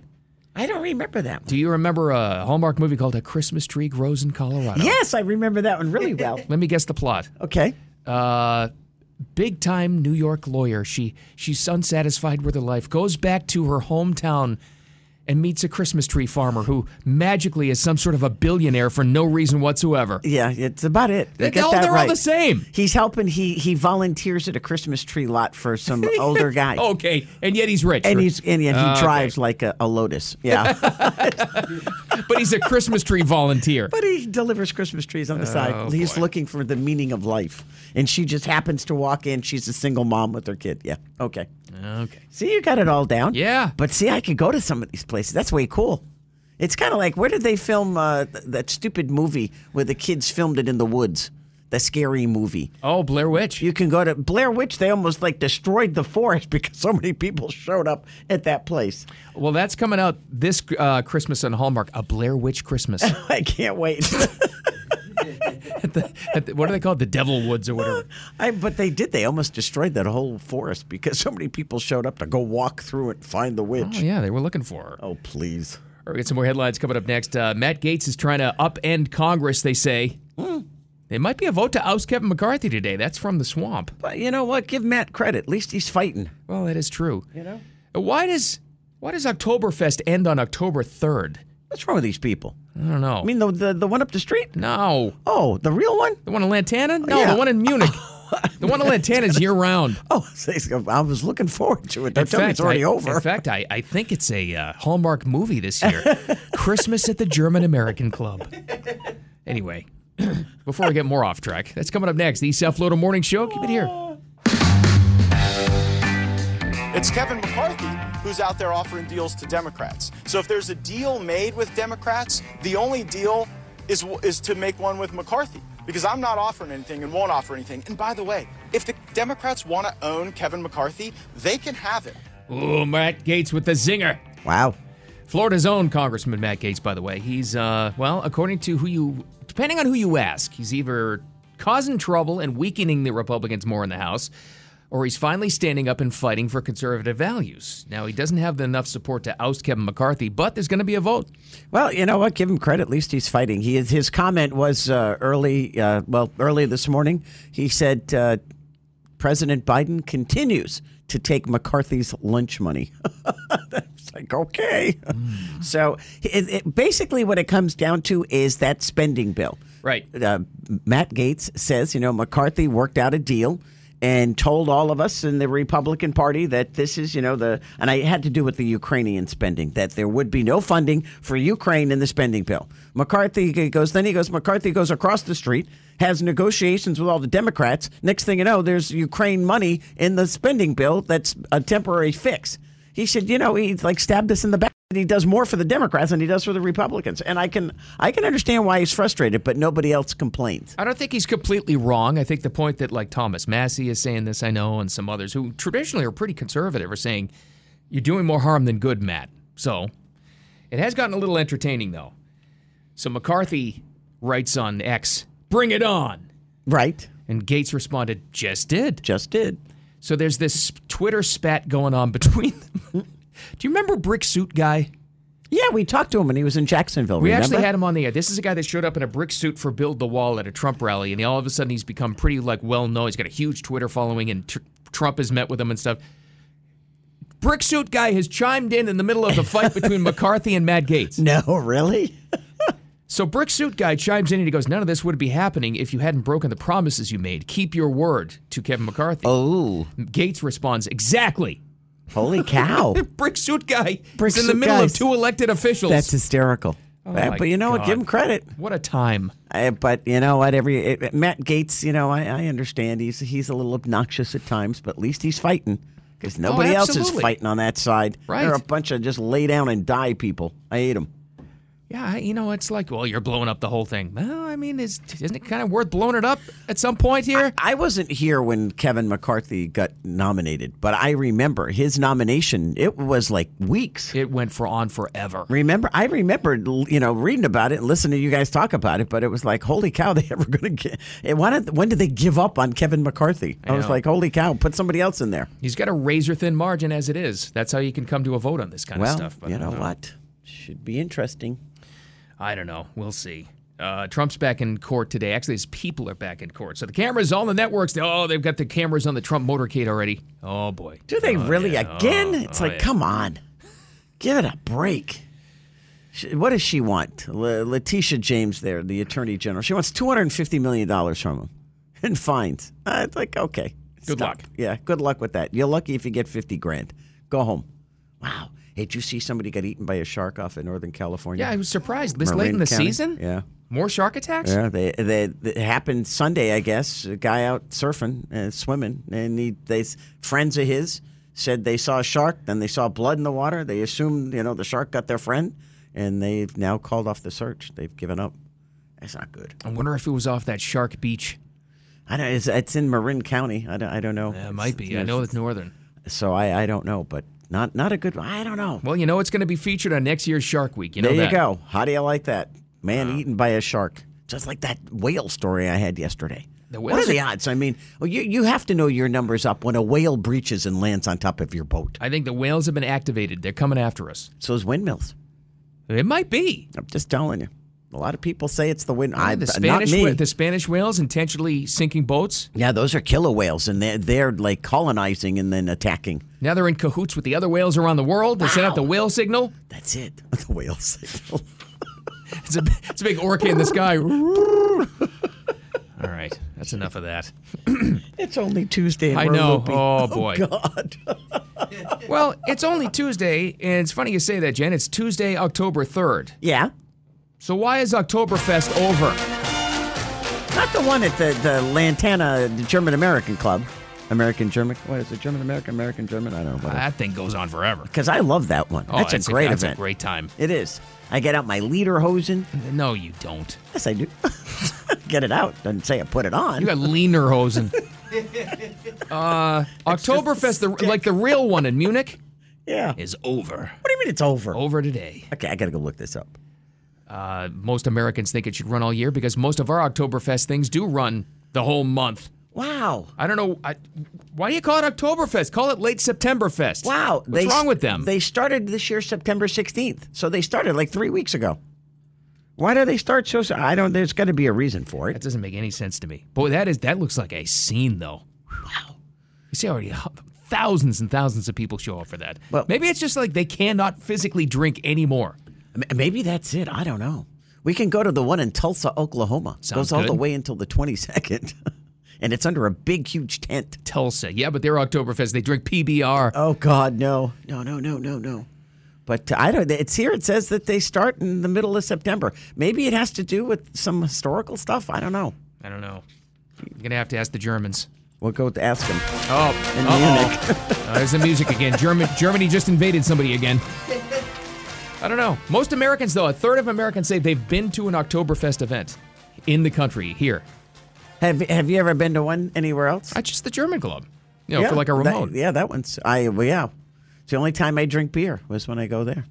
I don't remember that one.
Do you remember a Hallmark movie called A Christmas Tree Grows in Colorado?
Yes, I remember that one really well.
Let me guess the plot.
Okay.
uh, big time New York lawyer. She she's unsatisfied with her life, goes back to her hometown and meets a Christmas tree farmer who magically is some sort of a billionaire for no reason whatsoever.
Yeah, it's about it. They
They-
get
all-
that
they're all
right.
the same.
He's helping. He he volunteers at a Christmas tree lot for some older guy.
Okay, and yet he's rich.
And he's and, and
Ah,
he drives like a, a Lotus. Yeah,
but he's a Christmas tree volunteer.
but he delivers Christmas trees on the
Oh,
side. He's looking for the meaning of life, and she just happens to walk in. She's a single mom with her kid. Yeah. Okay.
Okay.
See, you got it all down.
Yeah.
But see, I could go to some of these places. That's way cool. It's kind of like where did they film uh, th- that stupid movie where the kids filmed it in the woods? The scary movie.
Oh, Blair Witch.
You can go to Blair Witch. They almost like destroyed the forest because so many people showed up at that place.
well, that's coming out this uh, Christmas on Hallmark. A Blair Witch Christmas.
I can't wait.
At the- what are they called? The Devil Woods or whatever.
I, but they did. They almost destroyed that whole forest because so many people showed up to go walk through it, and find the
Oh
witch.
yeah, they were looking for her.
Oh, please.
All right, we got some more headlines coming up next. Uh, Matt Gates is trying to upend Congress, they say. There might be a vote to oust Kevin McCarthy today. That's from the swamp.
But you know what? Give Matt credit. At least he's fighting.
Well, that is true. You know? Why does why does Oktoberfest end on October 3rd?
What's wrong with these people?
I don't know.
I mean, the the, the one up the street.
no.
Oh, the real one?
The one in Lantana? No,
yeah.
the one in Munich. the one in Lantana is year round.
Oh, I was looking forward to it.
In
Don't tell me it's already
I,
over.
In fact, I, I think it's a uh, Hallmark movie this year Christmas at the German American Club. Anyway, before we get more off track, that's coming up next. The East South Florida Morning Show. Keep it here.
It's Kevin McCarthy who's out there offering deals to Democrats. So if there's a deal made with Democrats, the only deal is is to make one with McCarthy because I'm not offering anything and won't offer anything. And by the way, if the Democrats want to own Kevin McCarthy, they can have it.
Ooh, Matt Gates with the zinger.
wow.
Florida's own Congressman Matt Gates, by the way. He's, uh, well, according to who you, depending on who you ask, he's either causing trouble and weakening the Republicans more in the House, or he's finally standing up and fighting for conservative values. Now, he doesn't have enough support to oust Kevin McCarthy, but there's going to be a vote.
Well, you know what? Give him credit. At least he's fighting. He is, his comment was uh, early. Uh, well, early this morning, he said uh, President Biden continues to take McCarthy's lunch money. It's like okay. So it, it, basically, what it comes down to is that spending bill.
Right.
Uh, Matt Gates says, you know, McCarthy worked out a deal. And told all of us in the Republican Party that this is, you know, the, and I had to do with the Ukrainian spending, that there would be no funding for Ukraine in the spending bill. McCarthy goes, then he goes, McCarthy goes across the street, has negotiations with all the Democrats. Next thing you know, there's Ukraine money in the spending bill that's a temporary fix. He should, you know, he like stabbed us in the back. He does more for the Democrats than he does for the Republicans, and I can I can understand why he's frustrated, but nobody else complains.
I don't think he's completely wrong. I think the point that like Thomas Massey is saying this, I know, and some others who traditionally are pretty conservative are saying you're doing more harm than good, Matt. So it has gotten a little entertaining though. So McCarthy writes on X, "Bring it on."
Right,
And Gates responded, "Just did."
just did.
So there's this Twitter spat going on between them. Do you remember Brick Suit guy?
Yeah, we talked to him when he was in Jacksonville.
We
remember?
actually had him on the air. This is a guy that showed up in a brick suit for Build the Wall at a Trump rally, and he, all of a sudden he's become pretty like well known. He's got a huge Twitter following, and tr- Trump has met with him and stuff. Brick suit guy has chimed in in the middle of the fight between McCarthy and Matt Gates.
No, really?
So brick suit guy chimes in and he goes, "None of this would be happening if you hadn't broken the promises you made. Keep your word to Kevin McCarthy."
Oh,
Gates responds, "Exactly."
holy cow!
Brick suit guy
Brick
is in the
suit
middle
guys.
of two elected officials.
That's hysterical. Uh,
Oh, my
but you know what? Give
God.
him credit.
what a time.
Uh, but you know what? Every it, it- Matt Gates, you know, I, I understand he's he's a little obnoxious at times, but at least he's fighting because nobody else is
Oh, absolutely.
fighting on that side.
Right.
They're a bunch of just lay down and die people. I hate them.
Yeah, I- you know, it's like, well, you're blowing up the whole thing. Well, I mean, is, isn't it kind of worth blowing it up at some point here?
I wasn't here when Kevin McCarthy got nominated, but I remember his nomination. It was like weeks.
It went for on forever.
Remember, I remembered, you know, reading about it and listening to you guys talk about it, but it was like, holy cow, they ever going to get? And why did, when did they give up on Kevin McCarthy? I, was
know.
like, holy cow, put somebody else in there.
He's got a razor thin margin as it is. That's how you can come to a vote on this kind
well,
of stuff.
you know
uh,
what? Should be interesting.
I don't know. We'll see. Uh, Trump's back in court today. Actually, his people are back in court. So the cameras, all the networks, oh, they've got the cameras on the Trump motorcade already. Oh, boy.
Do they
Oh,
really
yeah.
again?
Oh,
it's
oh,
like,
yeah.
come on, give it a break. She, what does she want? La- Letitia James, there, the Attorney General, she wants two hundred and fifty million dollars from him in fines. Uh, it's like, okay,
Good
stop.
luck.
Yeah, good luck with that. You're lucky if you get fifty grand. Go home. Wow. Hey, did you see somebody got eaten by a shark off in Northern California?
Yeah, I was surprised. This late
Marin
in the
County?
season?
Yeah.
More shark attacks?
Yeah, they, they, it happened Sunday, I guess. A guy out surfing and swimming, and he, they friends of his said they saw a shark. Then they saw blood in the water. They assumed you know the shark got their friend, and they've now called off the search. They've given up. That's not good.
I wonder if it was off that shark beach.
I don't. It's, it's in Marin County. I don't, I don't know.
Yeah, it might be. I know it's northern.
So I, I don't know, but not not a good. I don't know.
Well, you know it's going to be featured on next year's Shark Week. You know
there
that.
you go. How do you like that? Man eaten by a shark. Just like that whale story I had yesterday.
The
what are
whales
the
are-
odds? I mean, well, you, you have to know your numbers up when a whale breaches and lands on top of your boat.
I think the whales have been activated. They're coming after us.
So is windmills.
It might be.
I'm just telling you. A lot of people say it's the wind. I,
the
not
Spanish
me.
wh- the Spanish whales intentionally sinking boats.
yeah, those are killer whales, and they're, they're like colonizing and then attacking.
Now they're in cahoots with the other whales around the world. They sent out
Wow.
the whale signal.
That's it. The whale signal.
It's a, it's a big orca in the sky. All right, that's enough of that.
it's only Tuesday. And
I
we're
know.
loopy.
Oh, boy.
God.
Well, it's only Tuesday, and it's funny you say that, Jen. It's Tuesday, October third.
Yeah.
So why is Oktoberfest over?
Not the one at the, the Lantana German American Club. American German. What is it? German American, American German? I don't know.
That thing goes on forever.
Because I love that one.
Oh,
that's a
it's
great
that's
event.
A great time.
it is. I get out my lederhosen.
No, you don't.
Yes, I do. get it out. Doesn't say I put it on.
You got leaner hosen. Uh, Oktoberfest, the, like the real one in Munich,
yeah. What
is Oh. over.
do you mean it's over?
Over today.
Okay, I got to go look this up.
Uh, most Americans think it should run all year because most of our Oktoberfest things do run the whole month.
Wow.
I don't know. I, why do you call it Oktoberfest? Call it late Septemberfest.
Wow.
What's
they-
wrong with them?
They started this year September 16th. So they started like three weeks ago. Why do they start so soon? I don't, there's got to be a reason for
that
it.
doesn't make any sense to me. Boy, that is that looks like a scene though. Wow. You see already h- thousands and thousands of people show up for that.
Well-
maybe it's just like they cannot physically drink anymore.
M- Maybe that's it. I don't know. We can go to the one in Tulsa, Oklahoma.
Sounds
Goes all the
good.
way until the 22nd. and it's under a big, huge tent.
Tulsa. Yeah, but they're Oktoberfest. They drink PBR.
Oh, God, no. No, no, no, no, no. But uh, I don't, it's here. It says that they start in the middle of September. Maybe it has to do with some historical stuff. I don't know.
I don't know. You're going to have to ask the Germans.
We'll go to ask them.
Oh,
In
uh-oh. Oh, there's the music again. German, Germany just invaded somebody again. I don't know. Most Americans, though, a third of Americans say they've been to an Oktoberfest event in the country here.
Have Have you ever been to one anywhere else?
I just the German club, you know, for like a
that-
remote.
yeah, that one's. I well, yeah. It's the only time I drink beer was when I go there.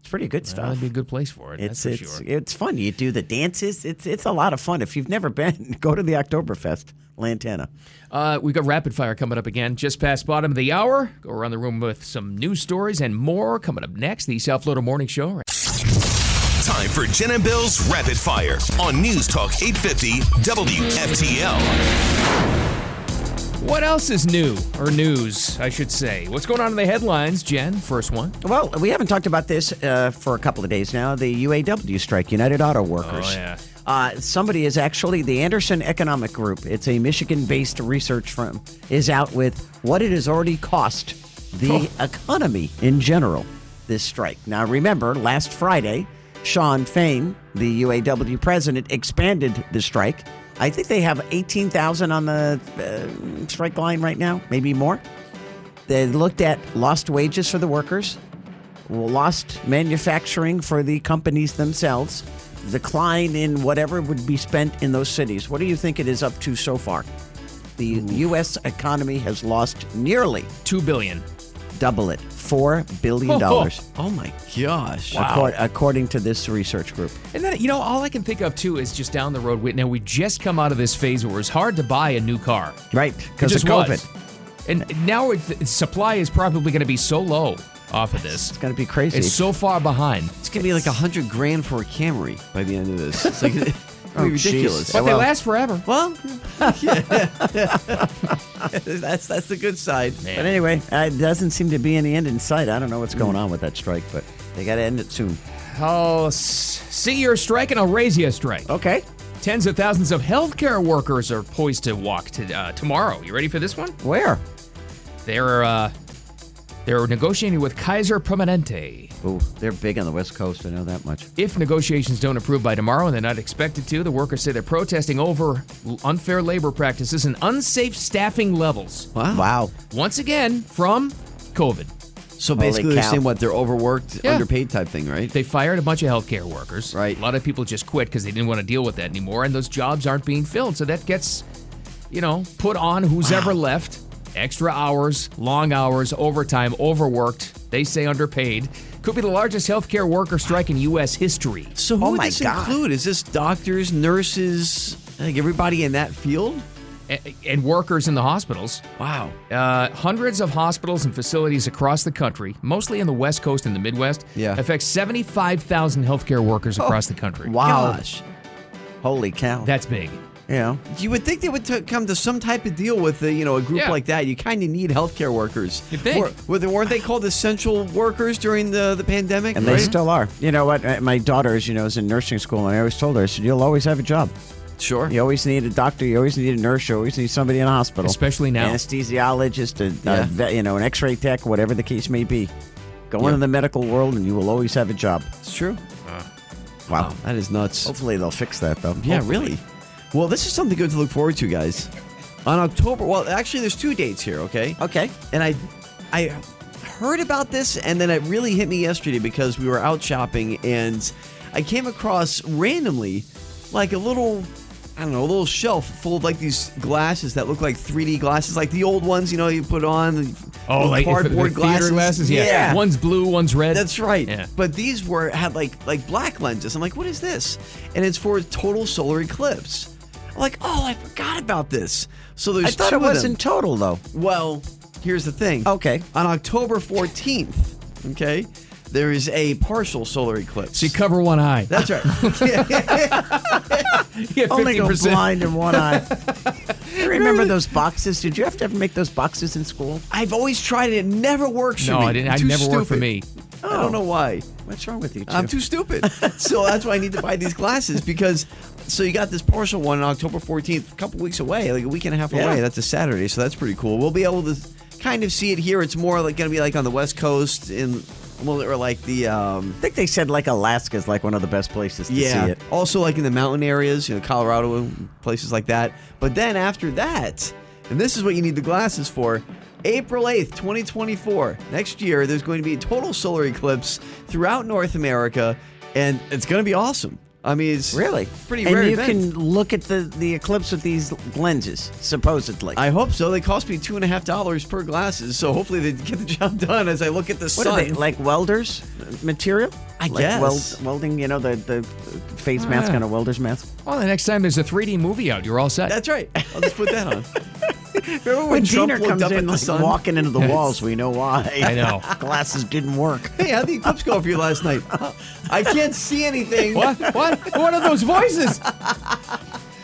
It's pretty good
Well,
stuff.
that'd be a good place for it.
it's
that's for
it's
sure.
it's fun. You do the dances. It's it's a lot of fun. If you've never been, go to the Oktoberfest, Lantana.
Uh, we've got rapid fire coming up again just past bottom of the hour. Go around the room with some news stories and more coming up next. The South Florida Morning Show.
Time for Jen and Bill's Rapid Fire on News Talk 850 WFTL.
What else is new or news, I should say? What's going on in the headlines, Jen? First one.
Well, we haven't talked about this uh, for a couple of days now. The UAW strike, United Auto Workers.
Oh, yeah.
Uh, somebody is actually the Anderson Economic Group. It's a Michigan-based research firm. Is out with what it has already cost the
Oh.
economy in general. This strike. Now, remember, last Friday, Sean Fain, the UAW president, expanded the strike. I think they have eighteen thousand on the uh, strike line right now, maybe more. They looked at lost wages for the workers, lost manufacturing for the companies themselves, decline in whatever would be spent in those cities. What do you think it is up to so far? The U.S. economy has lost nearly
Two billion.
double it, $4 billion.
Oh my gosh.
Accor- according to this research group.
And then, you know, all I can think of too is just down the road. We, now, we just come out of this phase where it's hard to buy a new car.
Right,
It
because of
just
COVID.
was. And now it, supply is probably going to be so low off of this.
It's going to be crazy.
It's so far behind.
It's gonna be like a hundred grand for a Camry by the end of this. It's like it's gonna be
Oh, jeez.
ridiculous.
But
Well-
they last forever.
Well, that's that's the good side.
But anyway, uh, it doesn't seem to be any end in sight. I don't know what's
Mm.
going on with that strike, but they got to end it soon.
I'll s- see your strike and I'll raise you a strike.
Okay.
Tens of thousands of healthcare workers are poised to walk to, uh, tomorrow. You ready for this one?
Where?
They're uh, they're negotiating with Kaiser Permanente.
Oh, they're big on the West Coast. I know that much.
If negotiations don't approve by tomorrow, and they're not expected to, the workers say they're protesting over l- unfair labor practices and unsafe staffing levels.
Wow.
Wow.
Once again, from COVID.
So
Holy
basically, they're
cow.
saying what they're overworked,
Yeah.
underpaid type thing, right?
They fired a bunch of healthcare workers.
Right.
A lot of people just quit because they didn't want to deal with that anymore, and those jobs aren't being filled. So that gets, you know, put on who's ever left. Extra hours, long hours, overtime, overworked. They say underpaid. Could be the largest healthcare worker strike in U.S. history.
so who
Oh
would
my
this
God.
include? Is this doctors, nurses, like everybody in that field?
A- and workers in the hospitals.
Wow.
Uh, hundreds of hospitals and facilities across the country, mostly in the West Coast and the Midwest,
Yeah. Oh,
affects 75,000 healthcare workers across the country.
Wow.
Gosh.
Holy cow.
That's big.
you know,
You would think they would t- come to some type of deal with the, you know a group
Yeah.
like that. You kind of need healthcare workers.
You think?
Were, were they, weren't they called essential workers during the, the pandemic?
and they
right?
still are. You know what? uh, My daughter, as you know, is in nursing school, and I always told her, I said, you'll always have a job.
sure.
You always need a doctor. You always need a nurse. You always need somebody in a hospital.
Especially now.
Anesthesiologist, a, a
Yeah.
vet- you know, an x-ray tech, whatever the case may be. Go
Yeah.
into the medical world, and you will always have a job.
It's true. Oh,
Wow. Oh,
That is nuts.
Hopefully they'll fix that, though.
Yeah, really. Well, this is something good to look forward to, guys. On October, well, actually, there's two dates here. Okay.
Oh, Okay.
And I, I heard about this, and then it really hit me yesterday because we were out shopping, and I came across randomly, like a little. I don't know, a little shelf full of like these glasses that look like 3D glasses, like the old ones, you know, you put on. the little
Oh, if- if
cardboard
the theater glasses. Yeah. one's blue, one's red.
That's right.
Yeah.
But these were had like like black lenses. I'm like, what is this? And it's for total solar eclipse. like, oh, I forgot about this. So there's
I thought it
two of them.
was in total though.
Well, here's the thing.
Okay.
On October 14th, okay, there is a partial solar eclipse.
So you cover one eye.
That's right.
Yeah,
Only go
50%.
blind in one eye. you remember those boxes? Did you have to ever make those boxes in school?
I've always tried it. It never works for
No,
me.
I didn't.
I'm
I
too
never
stupid.
worked for me. Oh.
I don't know why.
What's wrong with you? Chip?
I'm too stupid. so that's why I need to buy these glasses because so you got this partial one on October 14th, a couple weeks away, like a week and a half
Yeah.
away. That's a Saturday, so that's pretty cool. We'll be able to kind of see it here. It's more like going to be like on the West Coast in well, or like the um
I think they said like Alaska is like one of the best places to see it.
Also like in the mountain areas, you know, Colorado and places like that. But then after that, and this is what you need the glasses for. April 8th, 2024. Next year, there's going to be a total solar eclipse throughout North America, and it's going to be awesome. I mean, it's
Really?
pretty
and
rare.
you
event.
can look at the, the eclipse with these lenses, supposedly.
I hope so. They cost me two and a half dollars per glasses, so hopefully they get the job done as I look at the
what
sun.
are they, like welders uh, material?
I
like
guess.
Weld, welding, you know, the, the face mask on a welder's mask.
Well, the next time there's a 3D movie out, you're all set.
That's right. I'll just put that on. Remember when,
When
Trump
Diener
looked
comes
up at
in
the
like,
sun?
walking into the
Yes.
walls, we know why.
I know.
Glasses didn't work.
Hey, how'd the eclipse go for you last night? I can't see anything.
what? What? What are those voices?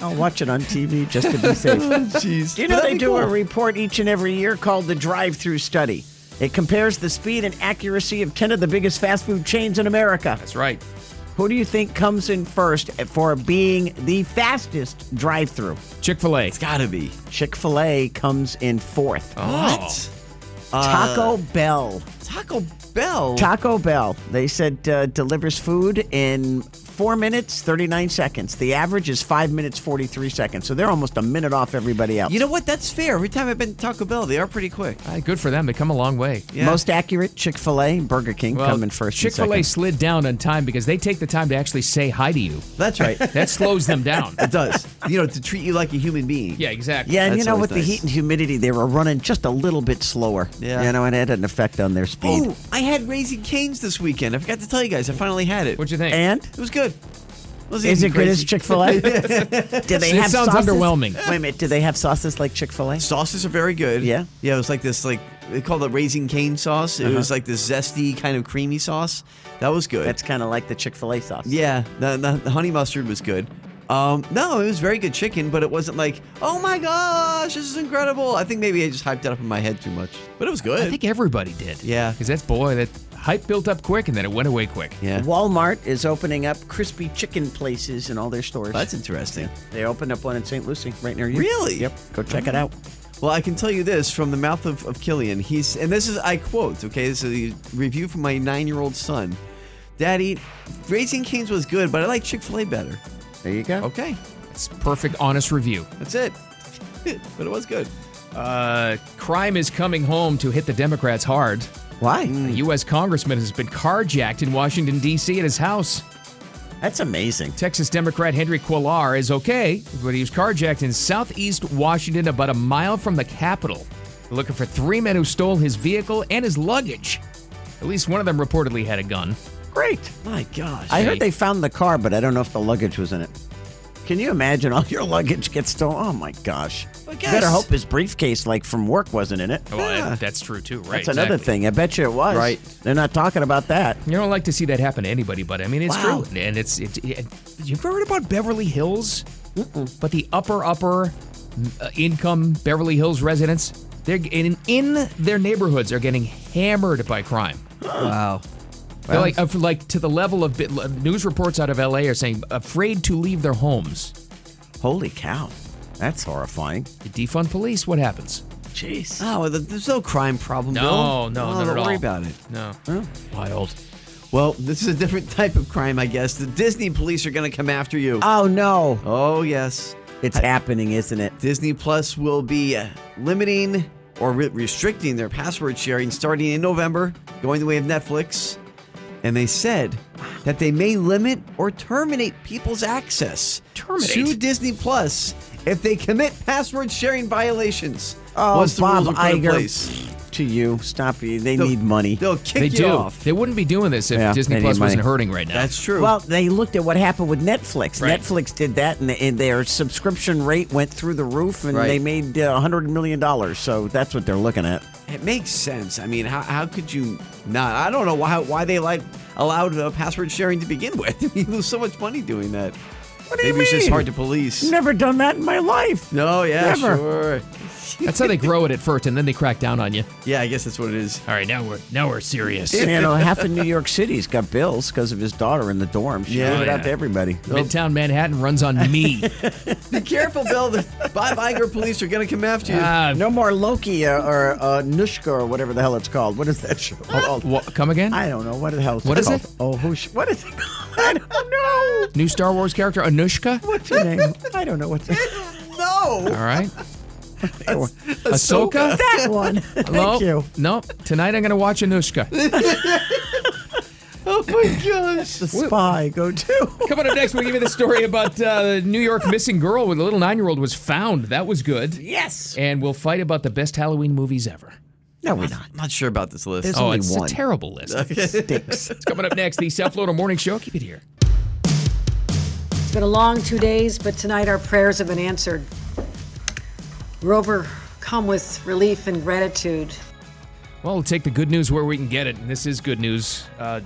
I'll watch it on TV just to be safe.
Oh, Jeez.
Do you know
That'd
they
be
do a
cool.
report each and every year called the Drive Through Study? It compares the speed and accuracy of 10 of the biggest fast food chains in America.
That's right.
Who do you think comes in first for being the fastest drive through?
Chick fil A.
It's gotta be.
Chick fil A comes in fourth.
Oh. What? Uh.
Taco Bell.
Taco Bell.
Taco Bell, they said, uh, delivers food in four minutes, 39 seconds. The average is five minutes, 43 seconds. So they're almost a minute off everybody else.
you know what? That's fair. Every time I've been to Taco Bell, they are pretty quick.
Ah, good for them. They come a long way.
Yeah.
Most accurate, Chick fil A, Burger King
Well,
come in first. and
Chick fil A
second.
slid down on time because they take the time to actually say hi to you.
That's right. it
That slows them down.
does. You know, to treat you like a human being.
Yeah, exactly.
Yeah, and you
That's
know,
always
with
nice.
the heat and humidity, they were running just a little bit slower.
Yeah.
You know, and it had an effect on their speed.
Oh, I had Raising Canes this weekend. I forgot to tell you guys. I finally had it.
What'd you think?
And
It was good. It was
is
easy
it good as
crazy.
Chick fil A? Do they
It
have
sounds
sauces?
underwhelming.
Wait a minute. Do they have sauces like Chick fil A?
Sauces are very good.
Yeah?
Yeah, it was like this, like, they called it Raising Cane sauce. It was like this zesty, kind of creamy sauce. That was good.
That's kind of like the Chick fil A sauce.
Yeah, the, the, the honey mustard was good. Um, no, it was very good chicken, but it wasn't like, oh my gosh, this is incredible. I think maybe I just hyped it up in my head too much, but it was good.
I think everybody did.
Yeah.
Because that's, boy, that hype built up quick and then it went away quick.
yeah,
Walmart is opening up crispy chicken places in all their stores.
that's interesting.
they opened up one in St. Lucie right near you.
Really?
Yep. Go check it out.
Well, I can tell you this from the mouth of, of Killian. He's, and this is, I quote, okay, this is a review from my nine year old son. Daddy, Raising Canes was good, but I like Chick fil A better.
There you go.
Okay,
It's perfect, honest review.
that's it. but it was good.
Uh, crime is coming home to hit the Democrats hard.
Why?
Mm.
A U.S. congressman has been carjacked in Washington, D.C. at his house.
That's amazing.
Texas Democrat Henry Cuellar is okay, but he was carjacked in southeast Washington, about a mile from the Capitol. They're looking for three men who stole his vehicle and his luggage. At least one of them reportedly had a gun.
Great.
My gosh.
I
Hey.
heard they found the car, but I don't know if the luggage was in it. Can you imagine all your luggage gets stolen? Oh my gosh.
But
You Better
guys-
hope his briefcase, like from work, wasn't in it.
Oh, well, that- that's true too, right?
Ah. That's another
exactly.
thing. I bet you it was.
Right.
They're not talking about that.
You don't like to see that happen to anybody, but I mean, it's
Wow.
true. And it's, it, it- you've heard about Beverly Hills, but the upper, upper uh, income Beverly Hills residents, they're g- in, in their neighborhoods are getting hammered by crime.
wow.
They're like, of- like to the level of bit, uh, news reports out of LA are saying afraid to leave their homes.
Holy cow. That's horrifying.
You defund police, what happens?
Jeez.
Oh, th- there's no crime problem.
No,
Bill.
no,
Oh,
not
don't
at all.
worry about it.
No, wild.
Well, this is a different type of crime, I guess. The Disney police are going to come after you.
Oh no.
oh, yes.
It's happening, isn't it?
Disney Plus will be uh, limiting or re- restricting their password sharing starting in November, going the way of Netflix. And they said that they may limit or terminate people's access to
Terminate?
Disney Plus if they commit password sharing violations.
Oh,
once the
Bob
rules are put in
Iger.
place.
to you. Stop you. They need money.
They'll kick
They
you
do.
off.
They wouldn't be doing this if
Yeah,
Disney
they
Plus
need money.
wasn't hurting right now.
That's true.
Well, they looked at what happened with Netflix.
Right.
Netflix did that, and, and their subscription rate went through the roof, and
Right.
they made uh, $100 million. So that's what they're looking at.
It makes sense. I mean, how, how could you not? I don't know why why they like allowed uh, password sharing to begin with. you lose so much money doing that.
What do
Maybe
you mean?
it's just hard to police.
Never done that in my life.
No, yeah,
Never.
sure.
That's how they grow it at first, and then they crack down on you.
Yeah, I guess that's what it is.
All right, now we're now we're serious.
You know, half of New York City's got bills because of his daughter in the dorm. She
Yeah.
gave it
Yeah.
out to everybody.
Midtown Manhattan runs on me.
Be careful, Bill. The Bob Iger police are going to come after you.
Ah,
No more Loki uh, or uh, Nushka or whatever the hell it's called. What is that show called?
wha- come again?
I don't know. What the hell is
What
it
is
called?
it?
Oh, who's, what is it called? I don't know.
New Star Wars character Anushka.
What's her name? I don't know what's her
no.
All right,
name.
Ahsoka.
That one.
Hello?
Thank you.
No, tonight I'm going to watch Anushka.
Oh my gosh.
The spy go to.
Coming up next, we will give you the story about uh, the New York missing girl where the little nine-year-old was found. That was good.
Yes.
And we'll fight about the best Halloween movies ever.
No, we're not.
I'm not sure about this list.
There's
oh,
only
it's
one.
a terrible list.
Stinks.
It's coming up next, the South Florida Morning Show. Keep it here.
It's been a long two days, but tonight our prayers have been answered. We're overcome with relief and gratitude.
Well, we'll take the good news where we can get it, and this is good news. Uh,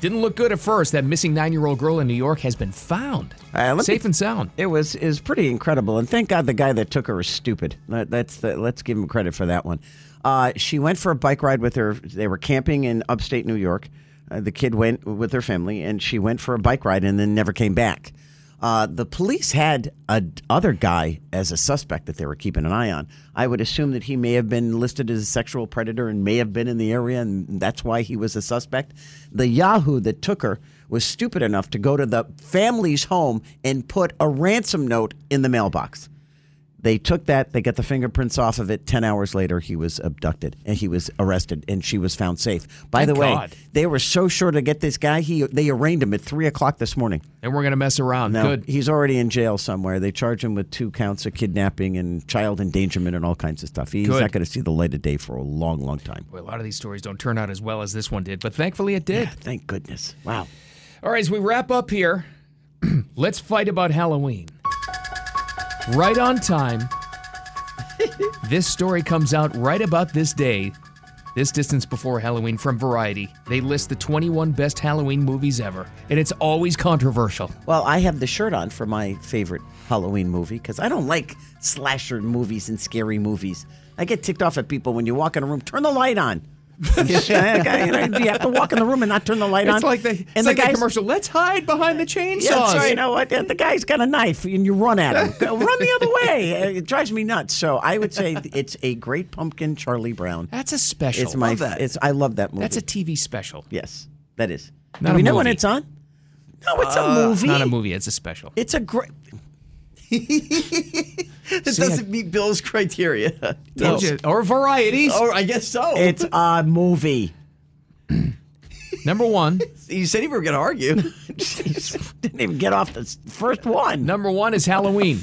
didn't look good at first. That missing nine-year-old girl in New York has been found,
Uh, let me-
safe and sound.
It was is pretty incredible, and thank God the guy that took her was stupid. That- That's the, let's give him credit for that one. Uh, she went for a bike ride with her. They were camping in upstate New York. Uh, the kid went with her family, and she went for a bike ride and then never came back. Uh, the police had a other guy as a suspect that they were keeping an eye on. I would assume that he may have been listed as a sexual predator and may have been in the area, and that's why he was a suspect. The Yahoo that took her was stupid enough to go to the family's home and put a ransom note in the mailbox. They took that, they got the fingerprints off of it. 10 hours later, he was abducted and he was arrested and she was found safe. By
Thank
the way,
God.
they were so sure to get this guy, he, they arraigned him at 3 o'clock this morning.
And we're going to mess around.
No,
Good.
he's already in jail somewhere. They charge him with two counts of kidnapping and child endangerment and all kinds of stuff. He's
Good.
not going to see the light of day for a long, long time.
Boy, a lot of these stories don't turn out as well as this one did, but thankfully it did.
Thank goodness. Wow.
All right, as we wrap up here, let's fight about Halloween. Right on time. this story comes out right about this day, this distance before Halloween from Variety. They list the 21 best Halloween movies ever, and it's always controversial.
Well, I have the shirt on for my favorite Halloween movie because I don't like slasher movies and scary movies. I get ticked off at people when you walk in a room, turn the light on. And you have to walk in the room and not turn the light on.
It's like the, it's
and
like the
guys-
commercial. Let's hide behind the chainsaws.
Yeah, sorry, you know what? The guy's got a knife, and you run at him. Go, run the other way. It drives me nuts. So I would say it's a great pumpkin, Charlie Brown.
That's a special.
It's my.
Love that.
It's I love that movie.
That's a TV special.
yes, that is.
Not
Do
a
we know when
movie.
it's on? No, it's a
It's
movie.
not a movie. It's a special.
It's a great.
It doesn't meet Bill's criteria. No.
Told you. Or varieties.
Oh, I guess so.
It's a movie.
Number one.
you said you were going to argue.
Jeez, didn't even get off the s- first one.
Number one is Halloween,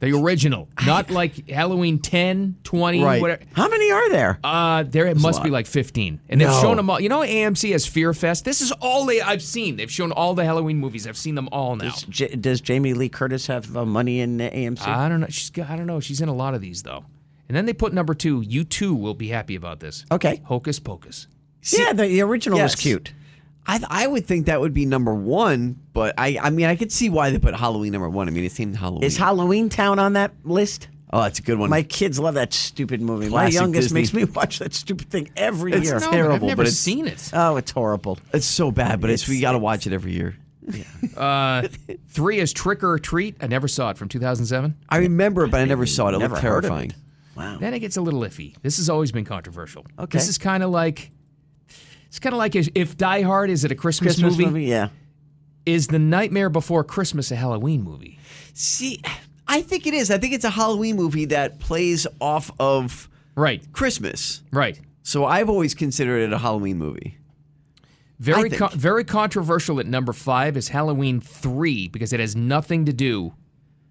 the original, not like Halloween 10, 20,
Right.
whatever.
How many are there?
Uh, there it must be like 15. And they've
No.
shown them all. You know, AMC has Fear Fest. This is all they I've seen. They've shown all the Halloween movies. I've seen them all now.
Does J- does Jamie Lee Curtis have uh, money in uh, AMC?
I don't know. She's got- I don't know. She's in a lot of these though. And then they put number two. You too will be happy about this.
Okay.
Hocus Pocus.
yeah, the, the original
Yes.
was cute.
I, I would think that would be number one, but I, I mean, I could see why they put Halloween number one. I mean, it seemed Halloween.
Is Halloween Town on that list?
oh, that's a good one.
My kids love that stupid movie. My
Classic
youngest
Disney.
makes me watch that stupid thing every
It's
year.
no-
No, I've
terrible,
never
but it's-
seen it.
Oh, it's horrible.
it's so bad, but it's, we got to watch it every year.
Three is Trick or Treat. I never saw it from 2007.
I remember it, but I never saw it. It
Never
looked
heard of
terrifying.
it. Wow.
Then it gets a little iffy. This has always been controversial.
Okay.
This is kind of like it's kind of like if, if Die Hard is it a Christmas,
Christmas movie? Yeah.
Is the Nightmare Before Christmas a Halloween movie?
See, I think it is. I think it's a Halloween movie that plays off of
Right.
Christmas.
Right.
So I've always considered it a Halloween movie.
Very
think.
con- very controversial at number five is Halloween three because it has nothing to do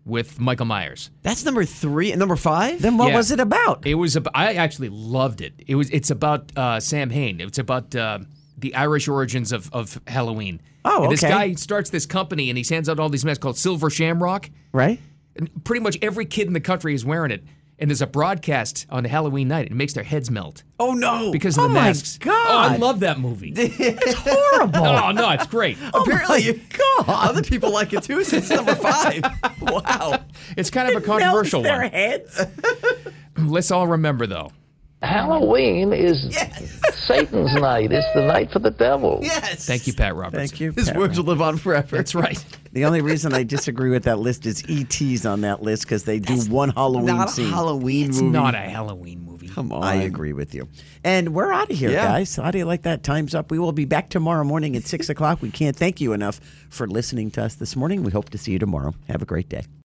with Michael Myers.
That's number three. and Number five?
Then what
Yeah.
was it about?
It was. About, I actually loved it. It was. It's about uh, Sam Hain. It's about uh, the Irish origins of, of Halloween.
Oh,
And This
okay.
guy starts this company and he sends out all these masks called Silver Shamrock.
Right?
And pretty much every kid in the country is wearing it. And there's a broadcast on Halloween night. It makes their heads melt
Oh, no.
because of
Oh
the
my
masks. Oh, I
God.
love that movie.
It's horrible.
oh no, it's great.
Apparently, God. other people like it too. So it's number five. Wow.
It's kind of a
Melts
controversial
their
one.
heads.
Let's all remember though.
Halloween is Satan's night. It's the night for the devil.
Yes.
Thank you, Pat Robertson.
Thank you.
His
Pat.
words will live on forever.
That's right.
The only reason I disagree with that list is ET's on that list because they do one Halloween
Not a
scene.
Halloween
It's
movie.
not a Halloween movie.
Come on.
I agree with you. And we're out of here,
Yeah.
guys. How do you like that? Time's up. We will be back tomorrow morning at 6 o'clock. We can't thank you enough for listening to us this morning. We hope to see you tomorrow. Have a great day.